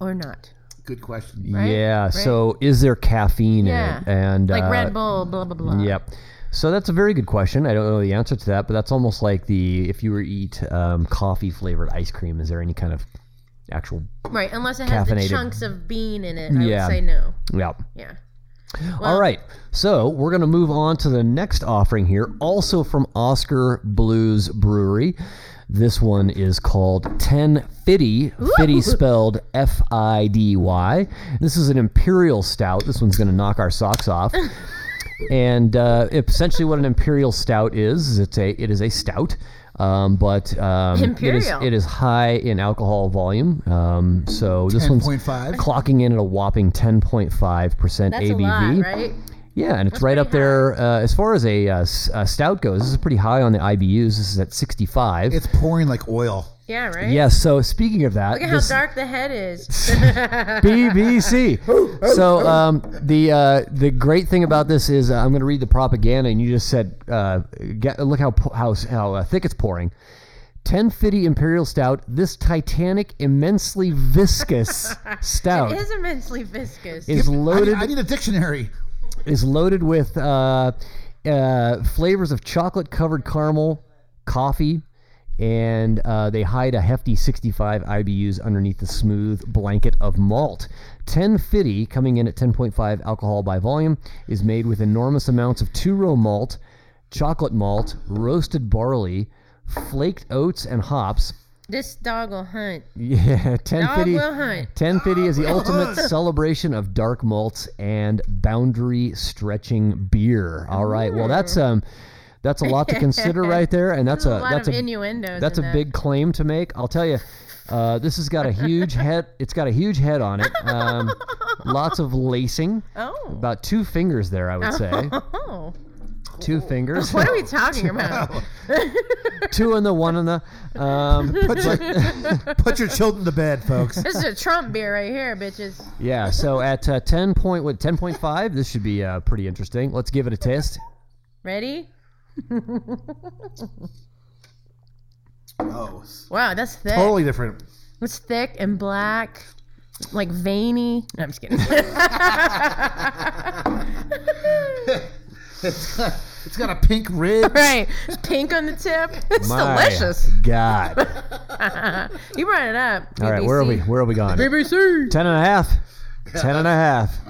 Speaker 3: or not?
Speaker 2: Good question.
Speaker 3: right?
Speaker 1: Yeah.
Speaker 3: Right?
Speaker 1: So is there caffeine
Speaker 3: Yeah.
Speaker 1: in it? And
Speaker 3: Like
Speaker 1: uh,
Speaker 3: Red Bull, blah blah blah.
Speaker 1: Yep. So that's a very good question. I don't know the answer to that, but that's almost like the if you were to eat um, coffee flavored ice cream, is there any kind of actual?
Speaker 3: Right, unless it has the
Speaker 1: Caffeinated.
Speaker 3: chunks of bean in it, I
Speaker 1: Yeah.
Speaker 3: would say no.
Speaker 1: Yeah.
Speaker 3: Yeah.
Speaker 1: All right. So we're going to move on to the next offering here, also from Oscar Blues Brewery. This one is called 1050, Fiddy spelled F I D Y. This is an imperial stout. This one's going to knock our socks
Speaker 3: *laughs*
Speaker 1: off. and uh, essentially, what an imperial stout is, is it's a it is a stout, um, but um, it is
Speaker 3: Imperial.
Speaker 1: it is high in alcohol volume. Um, so this one's
Speaker 2: 10.5.
Speaker 1: clocking in at a whopping ten point five percent
Speaker 3: That's
Speaker 1: ABV.
Speaker 3: a lot, right?
Speaker 1: Yeah, and it's right up
Speaker 3: pretty
Speaker 1: there uh, as far as a, uh, s- uh stout goes. This is pretty high on the IBUs. This is at 65.
Speaker 2: It's pouring like oil.
Speaker 3: Yeah, right?
Speaker 1: yeah, so speaking of that,
Speaker 3: Look at how
Speaker 1: this
Speaker 3: dark the head is. *laughs*
Speaker 1: BBC. so um, the uh, the great thing about this is uh, I'm going to read the propaganda, and you just said, uh, get, look how po- how how uh, thick it's pouring. 1050 Imperial Stout. This Titanic, immensely viscous stout
Speaker 3: *laughs* it is immensely viscous. *laughs*
Speaker 1: is
Speaker 2: I need,
Speaker 1: loaded
Speaker 2: I need a dictionary.
Speaker 1: is loaded with uh, uh, flavors of chocolate covered caramel, coffee, and uh, they hide a hefty 65 IBUs underneath the smooth blanket of malt. 1050, coming in at 10.5 alcohol by volume, is made with enormous amounts of two row malt, chocolate malt, roasted barley, flaked oats, and hops.
Speaker 3: this dog will hunt.
Speaker 1: Yeah,
Speaker 3: Dog
Speaker 1: 1050.
Speaker 3: will hunt. Oh,
Speaker 1: 1050 is the ultimate celebration of dark malts and boundary stretching beer. All right. Well, that's um
Speaker 3: *laughs*
Speaker 1: that's a lot to consider right there and that's
Speaker 3: There's a
Speaker 1: a
Speaker 3: lot
Speaker 1: that's
Speaker 3: of
Speaker 1: a
Speaker 3: innuendos.
Speaker 1: that's
Speaker 3: in
Speaker 1: a
Speaker 3: that.
Speaker 1: big claim to make. I'll tell you Uh, this has got a
Speaker 3: *laughs*
Speaker 1: huge head. It's got a huge head on it. Um, lots of lacing.
Speaker 3: Oh.
Speaker 1: About two fingers there, I would say.
Speaker 3: Oh.
Speaker 1: two fingers.
Speaker 3: *laughs* What are we talking about?
Speaker 1: *laughs*
Speaker 3: *laughs*
Speaker 1: two in the one in the. Um,
Speaker 2: Put your, *laughs* put your children to bed,
Speaker 3: *laughs*
Speaker 2: folks.
Speaker 3: this is a Trump beer right here, bitches.
Speaker 1: yeah. So at uh, ten point what ten point five, this should be uh, pretty interesting. Let's give it a taste.
Speaker 3: Ready?
Speaker 2: Oh,
Speaker 3: Wow, that's thick.
Speaker 2: totally different.
Speaker 3: It's thick and black, like veiny. No, I'm
Speaker 1: *laughs*
Speaker 3: just kidding.
Speaker 2: It's got, *laughs* it's got a pink rib.
Speaker 3: *laughs* right. It's pink on the tip. *laughs* It's
Speaker 1: My
Speaker 3: delicious. *laughs*
Speaker 1: God.
Speaker 3: You brought it up.
Speaker 1: All right. Where are we? Where are we going?
Speaker 3: BBC.
Speaker 1: Ten and a half. Ten and a half.
Speaker 3: *laughs*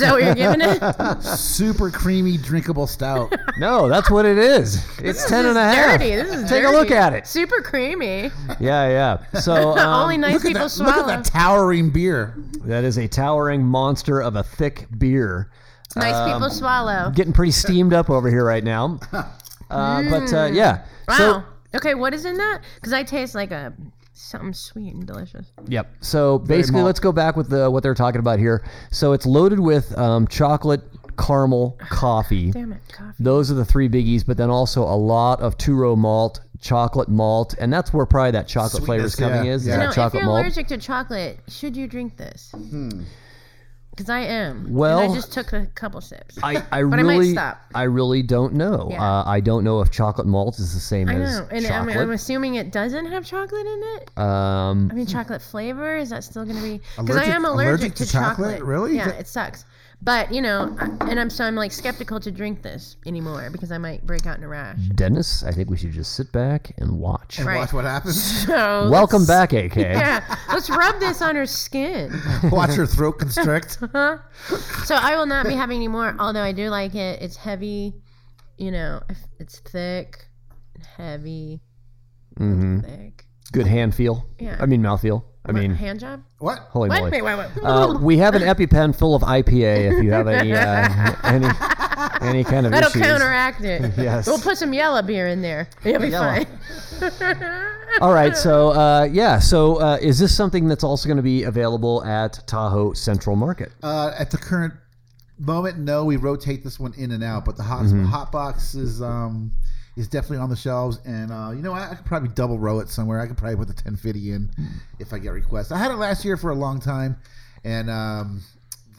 Speaker 1: *laughs*
Speaker 3: that what you're giving it?
Speaker 2: Super creamy, drinkable
Speaker 3: *laughs*
Speaker 2: stout.
Speaker 1: No, that's what it is. It's ten
Speaker 3: this
Speaker 1: and a
Speaker 3: is
Speaker 1: half.
Speaker 3: dirty. This is
Speaker 1: Take a
Speaker 3: dirty.
Speaker 1: look at it.
Speaker 3: Super creamy.
Speaker 1: Yeah, yeah.
Speaker 3: *laughs*
Speaker 1: So um,
Speaker 3: Only nice
Speaker 2: Look at,
Speaker 3: people
Speaker 2: that, look
Speaker 3: swallow.
Speaker 2: at that towering beer.
Speaker 1: that is a towering monster of a thick beer.
Speaker 3: Nice
Speaker 1: Um,
Speaker 3: people swallow.
Speaker 1: Getting pretty steamed up over here right now. Uh, But uh, yeah.
Speaker 3: Mm. wow.
Speaker 1: So,
Speaker 3: okay, what is in that? Because I taste like a something sweet and delicious.
Speaker 1: yep. So basically,
Speaker 2: malt.
Speaker 1: let's go back with the, what they're talking about here. So it's loaded with um, chocolate, caramel, coffee.
Speaker 3: Damn it, coffee.
Speaker 1: Those are the three biggies, but then also a lot of two row malt, chocolate malt, and that's where probably that chocolate flavor is
Speaker 2: Sweetness,
Speaker 1: coming
Speaker 2: yeah,
Speaker 1: is, is
Speaker 2: yeah.
Speaker 1: that
Speaker 3: No, if
Speaker 1: chocolate
Speaker 3: you're
Speaker 1: malt.
Speaker 3: allergic to chocolate, should you drink this?
Speaker 2: Hmm.
Speaker 3: Because I am. and
Speaker 1: Well-
Speaker 3: I just took a couple sips.
Speaker 1: I, I
Speaker 3: But I might
Speaker 1: really
Speaker 3: stop.
Speaker 1: really don't know.
Speaker 3: Yeah.
Speaker 1: Uh, I don't know if chocolate malt is the same
Speaker 3: I
Speaker 1: as
Speaker 3: know, and I'm,
Speaker 1: chocolate.
Speaker 3: I'm assuming it doesn't have chocolate in it.
Speaker 1: um,
Speaker 3: I mean, chocolate flavor is that still going to be? Because I
Speaker 2: Allergic-
Speaker 3: am allergic,
Speaker 2: allergic
Speaker 3: to,
Speaker 2: to chocolate? Really?
Speaker 3: Yeah,
Speaker 2: That-
Speaker 3: it sucks. But you know, I- and I'm so I'm like skeptical to drink this anymore because I might break out in a rash. *laughs*
Speaker 1: Dennis, I think we should just sit back and watch.
Speaker 2: And
Speaker 3: Right.
Speaker 2: watch what happens.
Speaker 3: So
Speaker 1: Welcome
Speaker 3: let's-
Speaker 1: back, AK.
Speaker 3: *laughs* Yeah, let's rub this on her skin.
Speaker 2: Watch her throat
Speaker 3: *laughs*
Speaker 2: constrict.
Speaker 3: So I will not be having any more. Although I do like it. It's heavy. You know, if- it's thick, heavy,
Speaker 1: hmm
Speaker 3: thick.
Speaker 1: Good hand feel.
Speaker 3: Yeah.
Speaker 1: I mean mouth feel. I
Speaker 3: What,
Speaker 1: mean,
Speaker 3: hand job.
Speaker 2: What?
Speaker 1: holy
Speaker 3: What?
Speaker 1: moly.
Speaker 3: Wait, wait, wait.
Speaker 1: Uh, we have an EpiPen full of IPA. If you have any uh, any any kind of
Speaker 3: That'll
Speaker 1: issues.
Speaker 3: counteract it.
Speaker 1: *laughs* Yes.
Speaker 3: We'll put some yellow beer in there. It'll be
Speaker 1: Yellow.
Speaker 3: fine. *laughs*
Speaker 1: All right. So uh, yeah. So uh, is this something that's also going to be available at Tahoe Central Market?
Speaker 2: Uh, at the current moment, no. We rotate this one in and out, but the hot,
Speaker 1: Mm-hmm.
Speaker 2: hot box is um is definitely on the shelves. And uh, you know, what? I could probably double row it somewhere. I could probably put the 1050 in
Speaker 1: Mm.
Speaker 2: if I get requests. I had it last year for a long time, and um,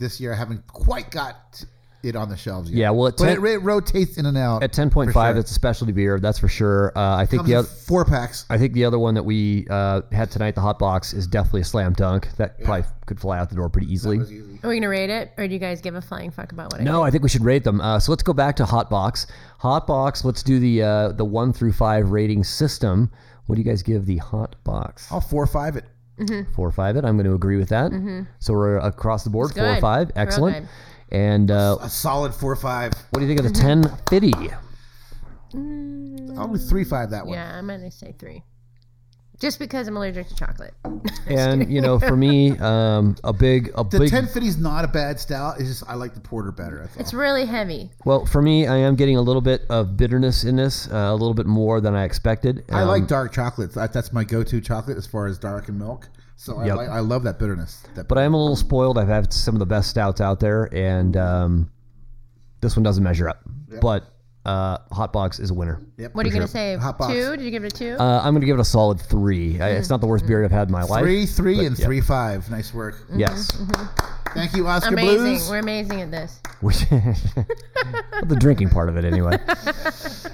Speaker 2: this year I haven't quite got it on the shelves yet.
Speaker 1: Yeah, well, at
Speaker 2: but
Speaker 1: 10
Speaker 2: it, it rotates in and out
Speaker 1: At ten point
Speaker 2: For
Speaker 1: five,
Speaker 2: sure.
Speaker 1: it's a specialty beer. That's for sure. Uh, I think
Speaker 2: Comes
Speaker 1: the
Speaker 2: in
Speaker 1: other.
Speaker 2: four packs.
Speaker 1: I think the other one that we uh, had tonight, the hot box, is definitely a slam dunk. That probably could fly out the door pretty easily.
Speaker 3: Are we gonna rate it, or do you guys give a flying fuck about what? I
Speaker 1: No, I think we should rate them. Uh, so let's go back to Hotbox. Hotbox, let's do the uh, the one through five rating system. What do you guys give the
Speaker 3: Oh.
Speaker 1: Hotbox?
Speaker 2: I'll four or five it.
Speaker 1: Four or five. It. I'm going to agree with that. So we're across the board.
Speaker 3: Mm-hmm. It's
Speaker 1: Four or
Speaker 3: good.
Speaker 1: five.
Speaker 3: Real
Speaker 1: Excellent.
Speaker 3: good. Mm-hmm.
Speaker 1: And uh,
Speaker 2: A solid four or five.
Speaker 1: what do you think of the ten fifty?
Speaker 2: I'll do three five that one.
Speaker 3: Yeah, I'm gonna say three. Just because I'm allergic
Speaker 1: *laughs*
Speaker 3: to chocolate.
Speaker 1: And you know, for
Speaker 3: *laughs*
Speaker 1: me, um, a big a
Speaker 2: The
Speaker 1: big
Speaker 2: 1050 is not a bad stout. It's just I like the porter better. I thought.
Speaker 3: It's really heavy.
Speaker 1: Well, for me, I am getting a little bit of bitterness in this, uh, a little bit more than I expected.
Speaker 2: I
Speaker 1: Um,
Speaker 2: like dark chocolates. That, that's my go-to chocolate as far as dark and milk. So I,
Speaker 1: Yep.
Speaker 2: like, I love that bitterness. That,
Speaker 1: but I am a little spoiled. I've had some of the best stouts out there, and um, this one doesn't measure up. But uh, Hot Box is a winner.
Speaker 2: yep.
Speaker 3: What are you gonna say?
Speaker 2: Hot box.
Speaker 3: Two? Did you give it a two?
Speaker 1: Uh, I'm going to give it a solid three. I, it's not the worst beer I've had in my life.
Speaker 2: Three, three, and three, five. Nice work.
Speaker 1: Yes.
Speaker 2: Thank you, Oscar
Speaker 3: amazing.
Speaker 2: Blues.
Speaker 3: We're amazing at this.
Speaker 1: Which- *laughs* the drinking part of it, anyway.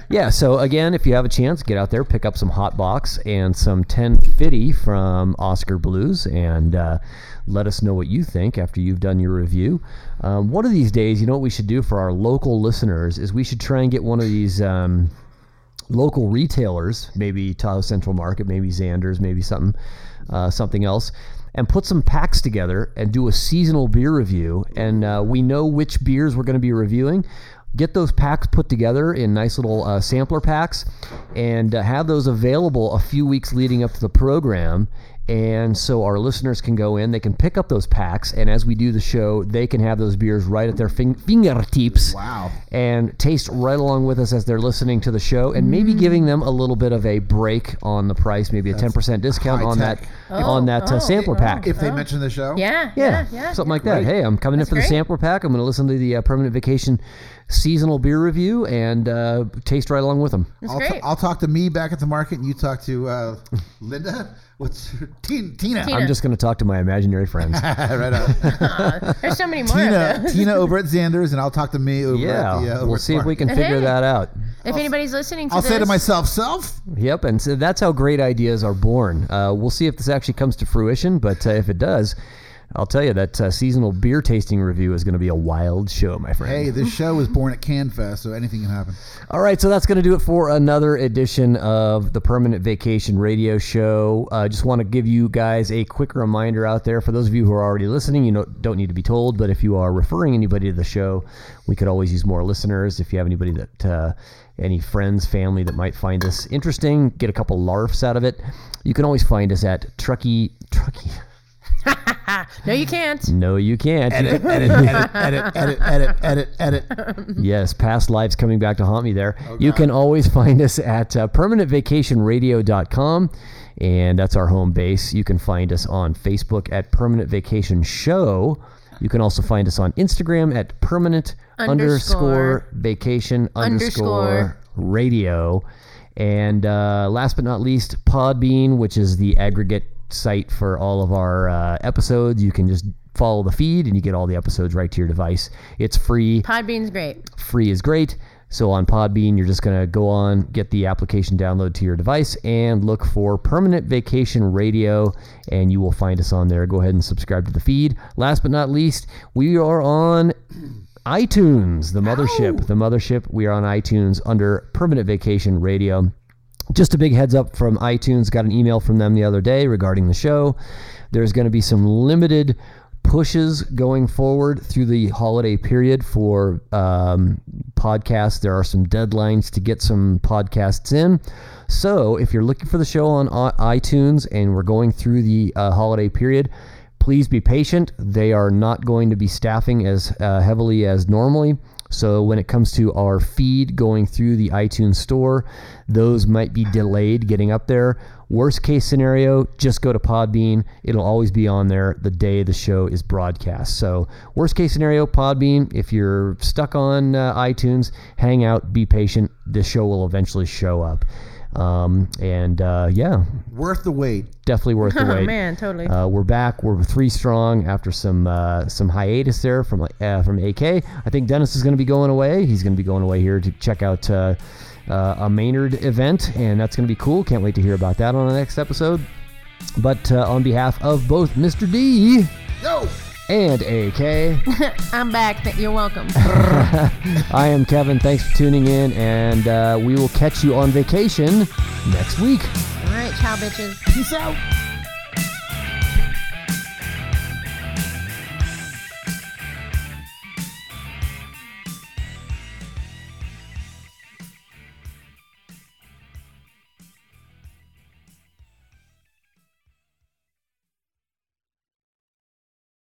Speaker 1: yeah. So again, if you have a chance, get out there, pick up some hot box and some ten fitty from Oscar Blues, and uh, let us know what you think after you've done your review. Um, one of these days, you know what we should do for our local listeners is we should try and get one of these. Um, local retailers, maybe Tahoe Central Market, maybe Xander's, maybe something, uh, something else, and put some packs together and do a seasonal beer review. And uh, we know which beers we're going to be reviewing. Get those packs put together in nice little uh, sampler packs, and uh, have those available a few weeks leading up to the program. And so our listeners can go in, they can pick up those packs, and as we do the show, they can have those beers right at their fing- fingertips
Speaker 2: Wow.
Speaker 1: and taste right along with us as they're listening to the show and maybe
Speaker 3: Mm.
Speaker 1: giving them a little bit of a break on the price, maybe a 10% discount
Speaker 2: high
Speaker 1: on
Speaker 2: tech.
Speaker 1: that on that uh,
Speaker 3: oh,
Speaker 1: sampler
Speaker 3: oh.
Speaker 1: pack.
Speaker 2: If they
Speaker 3: Oh.
Speaker 2: mention the show,
Speaker 3: Yeah.
Speaker 1: Yeah,
Speaker 3: Yeah. Yeah.
Speaker 1: something like that. Hey, I'm coming in for the
Speaker 3: great.
Speaker 1: sampler pack. I'm going to listen to the uh, permanent vacation seasonal beer review and uh, taste right along with them.
Speaker 3: It's
Speaker 2: I'll,
Speaker 3: great.
Speaker 2: I'll talk to me back at the market, and you talk
Speaker 1: *laughs*
Speaker 2: to uh, Linda. What's her, Tina? Tina.
Speaker 3: Tina.
Speaker 1: I'm just going to talk to my imaginary
Speaker 3: *laughs*
Speaker 1: friends.
Speaker 2: *laughs* right on.
Speaker 3: Aw,
Speaker 1: *laughs*
Speaker 3: there's so many more. Of
Speaker 2: Tina,
Speaker 3: those.
Speaker 2: Tina over at Xander's, and I'll talk to me over
Speaker 1: yeah,
Speaker 2: at the. Uh, over
Speaker 1: we'll
Speaker 2: at
Speaker 1: see if
Speaker 2: Spark.
Speaker 1: we can figure
Speaker 3: Hey.
Speaker 1: that out.
Speaker 3: If anybody's listening to
Speaker 2: I'll
Speaker 3: this,
Speaker 2: say to myself, self.
Speaker 1: Yep, and so that's how great ideas are born. Uh, we'll see if this actually comes to fruition, but uh, if it does, I'll tell you that uh, seasonal beer tasting review is going to be a wild show, my friend.
Speaker 2: Hey, this show was born at CanFest, so anything can happen.
Speaker 1: All right, so that's going to do it for another edition of the Permanent Vacation Radio Show. I uh, just want to give you guys a quick reminder out there for those of you who are already listening. You know, don't need to be told, but if you are referring anybody to the show, we could always use more listeners. If you have anybody that, uh, any friends, family that might find this interesting, get a couple larfs out of it. You can always find us at Truckee. Truckee.
Speaker 3: no, you can't.
Speaker 1: No, you can't.
Speaker 2: Edit, edit, edit, edit, edit, edit, edit, edit.
Speaker 1: *laughs*
Speaker 2: Oh,
Speaker 1: Yes, past lives coming back to haunt me there. you can always find us at uh, permanentvacationradio.com, and that's our home base. You can find us on Facebook at Permanent Vacation Show. You can also find us on Instagram at permanent
Speaker 3: Underscore.
Speaker 1: underscore vacation underscore
Speaker 3: Underscore.
Speaker 1: radio. And uh, last but not least, Podbean, which is the aggregate site for all of our uh, episodes. You can just follow the feed and you get all the episodes right to your device. It's free
Speaker 3: Podbean's great.
Speaker 1: free is great. So on Podbean, you're just going to go on, get the application download to your device, and look for Permanent Vacation Radio, and you will find us on there. Go ahead and subscribe to the feed. Last but not least, we are on iTunes, the mothership. The mothership, we are on iTunes under Permanent Vacation Radio just a big heads up from iTunes. Got an email from them the other day regarding the show. There's going to be some limited pushes going forward through the holiday period for um, podcasts. There are some deadlines to get some podcasts in. So if you're looking for the show on i- iTunes and we're going through the uh, holiday period, please be patient. They are not going to be staffing as uh, heavily as normally. So when it comes to our feed going through the iTunes store, those might be delayed getting up there. Worst case scenario, just go to Podbean. It'll always be on there the day the show is broadcast. So worst case scenario, Podbean. If you're stuck on uh, iTunes, hang out, be patient. The show will eventually show up. Um, and uh, yeah,
Speaker 2: Worth the wait.
Speaker 1: definitely worth the
Speaker 3: *laughs* Oh
Speaker 1: wait.
Speaker 3: man, totally.
Speaker 1: Uh, we're back. We're three strong after some uh, some hiatus there from uh, from AK. I think Dennis is going to be going away. He's going to be going away here to check out uh, uh, a Maynard event, and that's going to be cool. Can't wait to hear about that on the next episode. But uh, on behalf of both Mr. D
Speaker 2: No.
Speaker 1: and AK,
Speaker 3: I'm back. Th-
Speaker 2: *laughs*
Speaker 3: You're welcome.
Speaker 1: I am Kevin. Thanks for tuning in, and uh, we will catch you on vacation next week.
Speaker 3: All right, ciao, bitches.
Speaker 2: Peace out.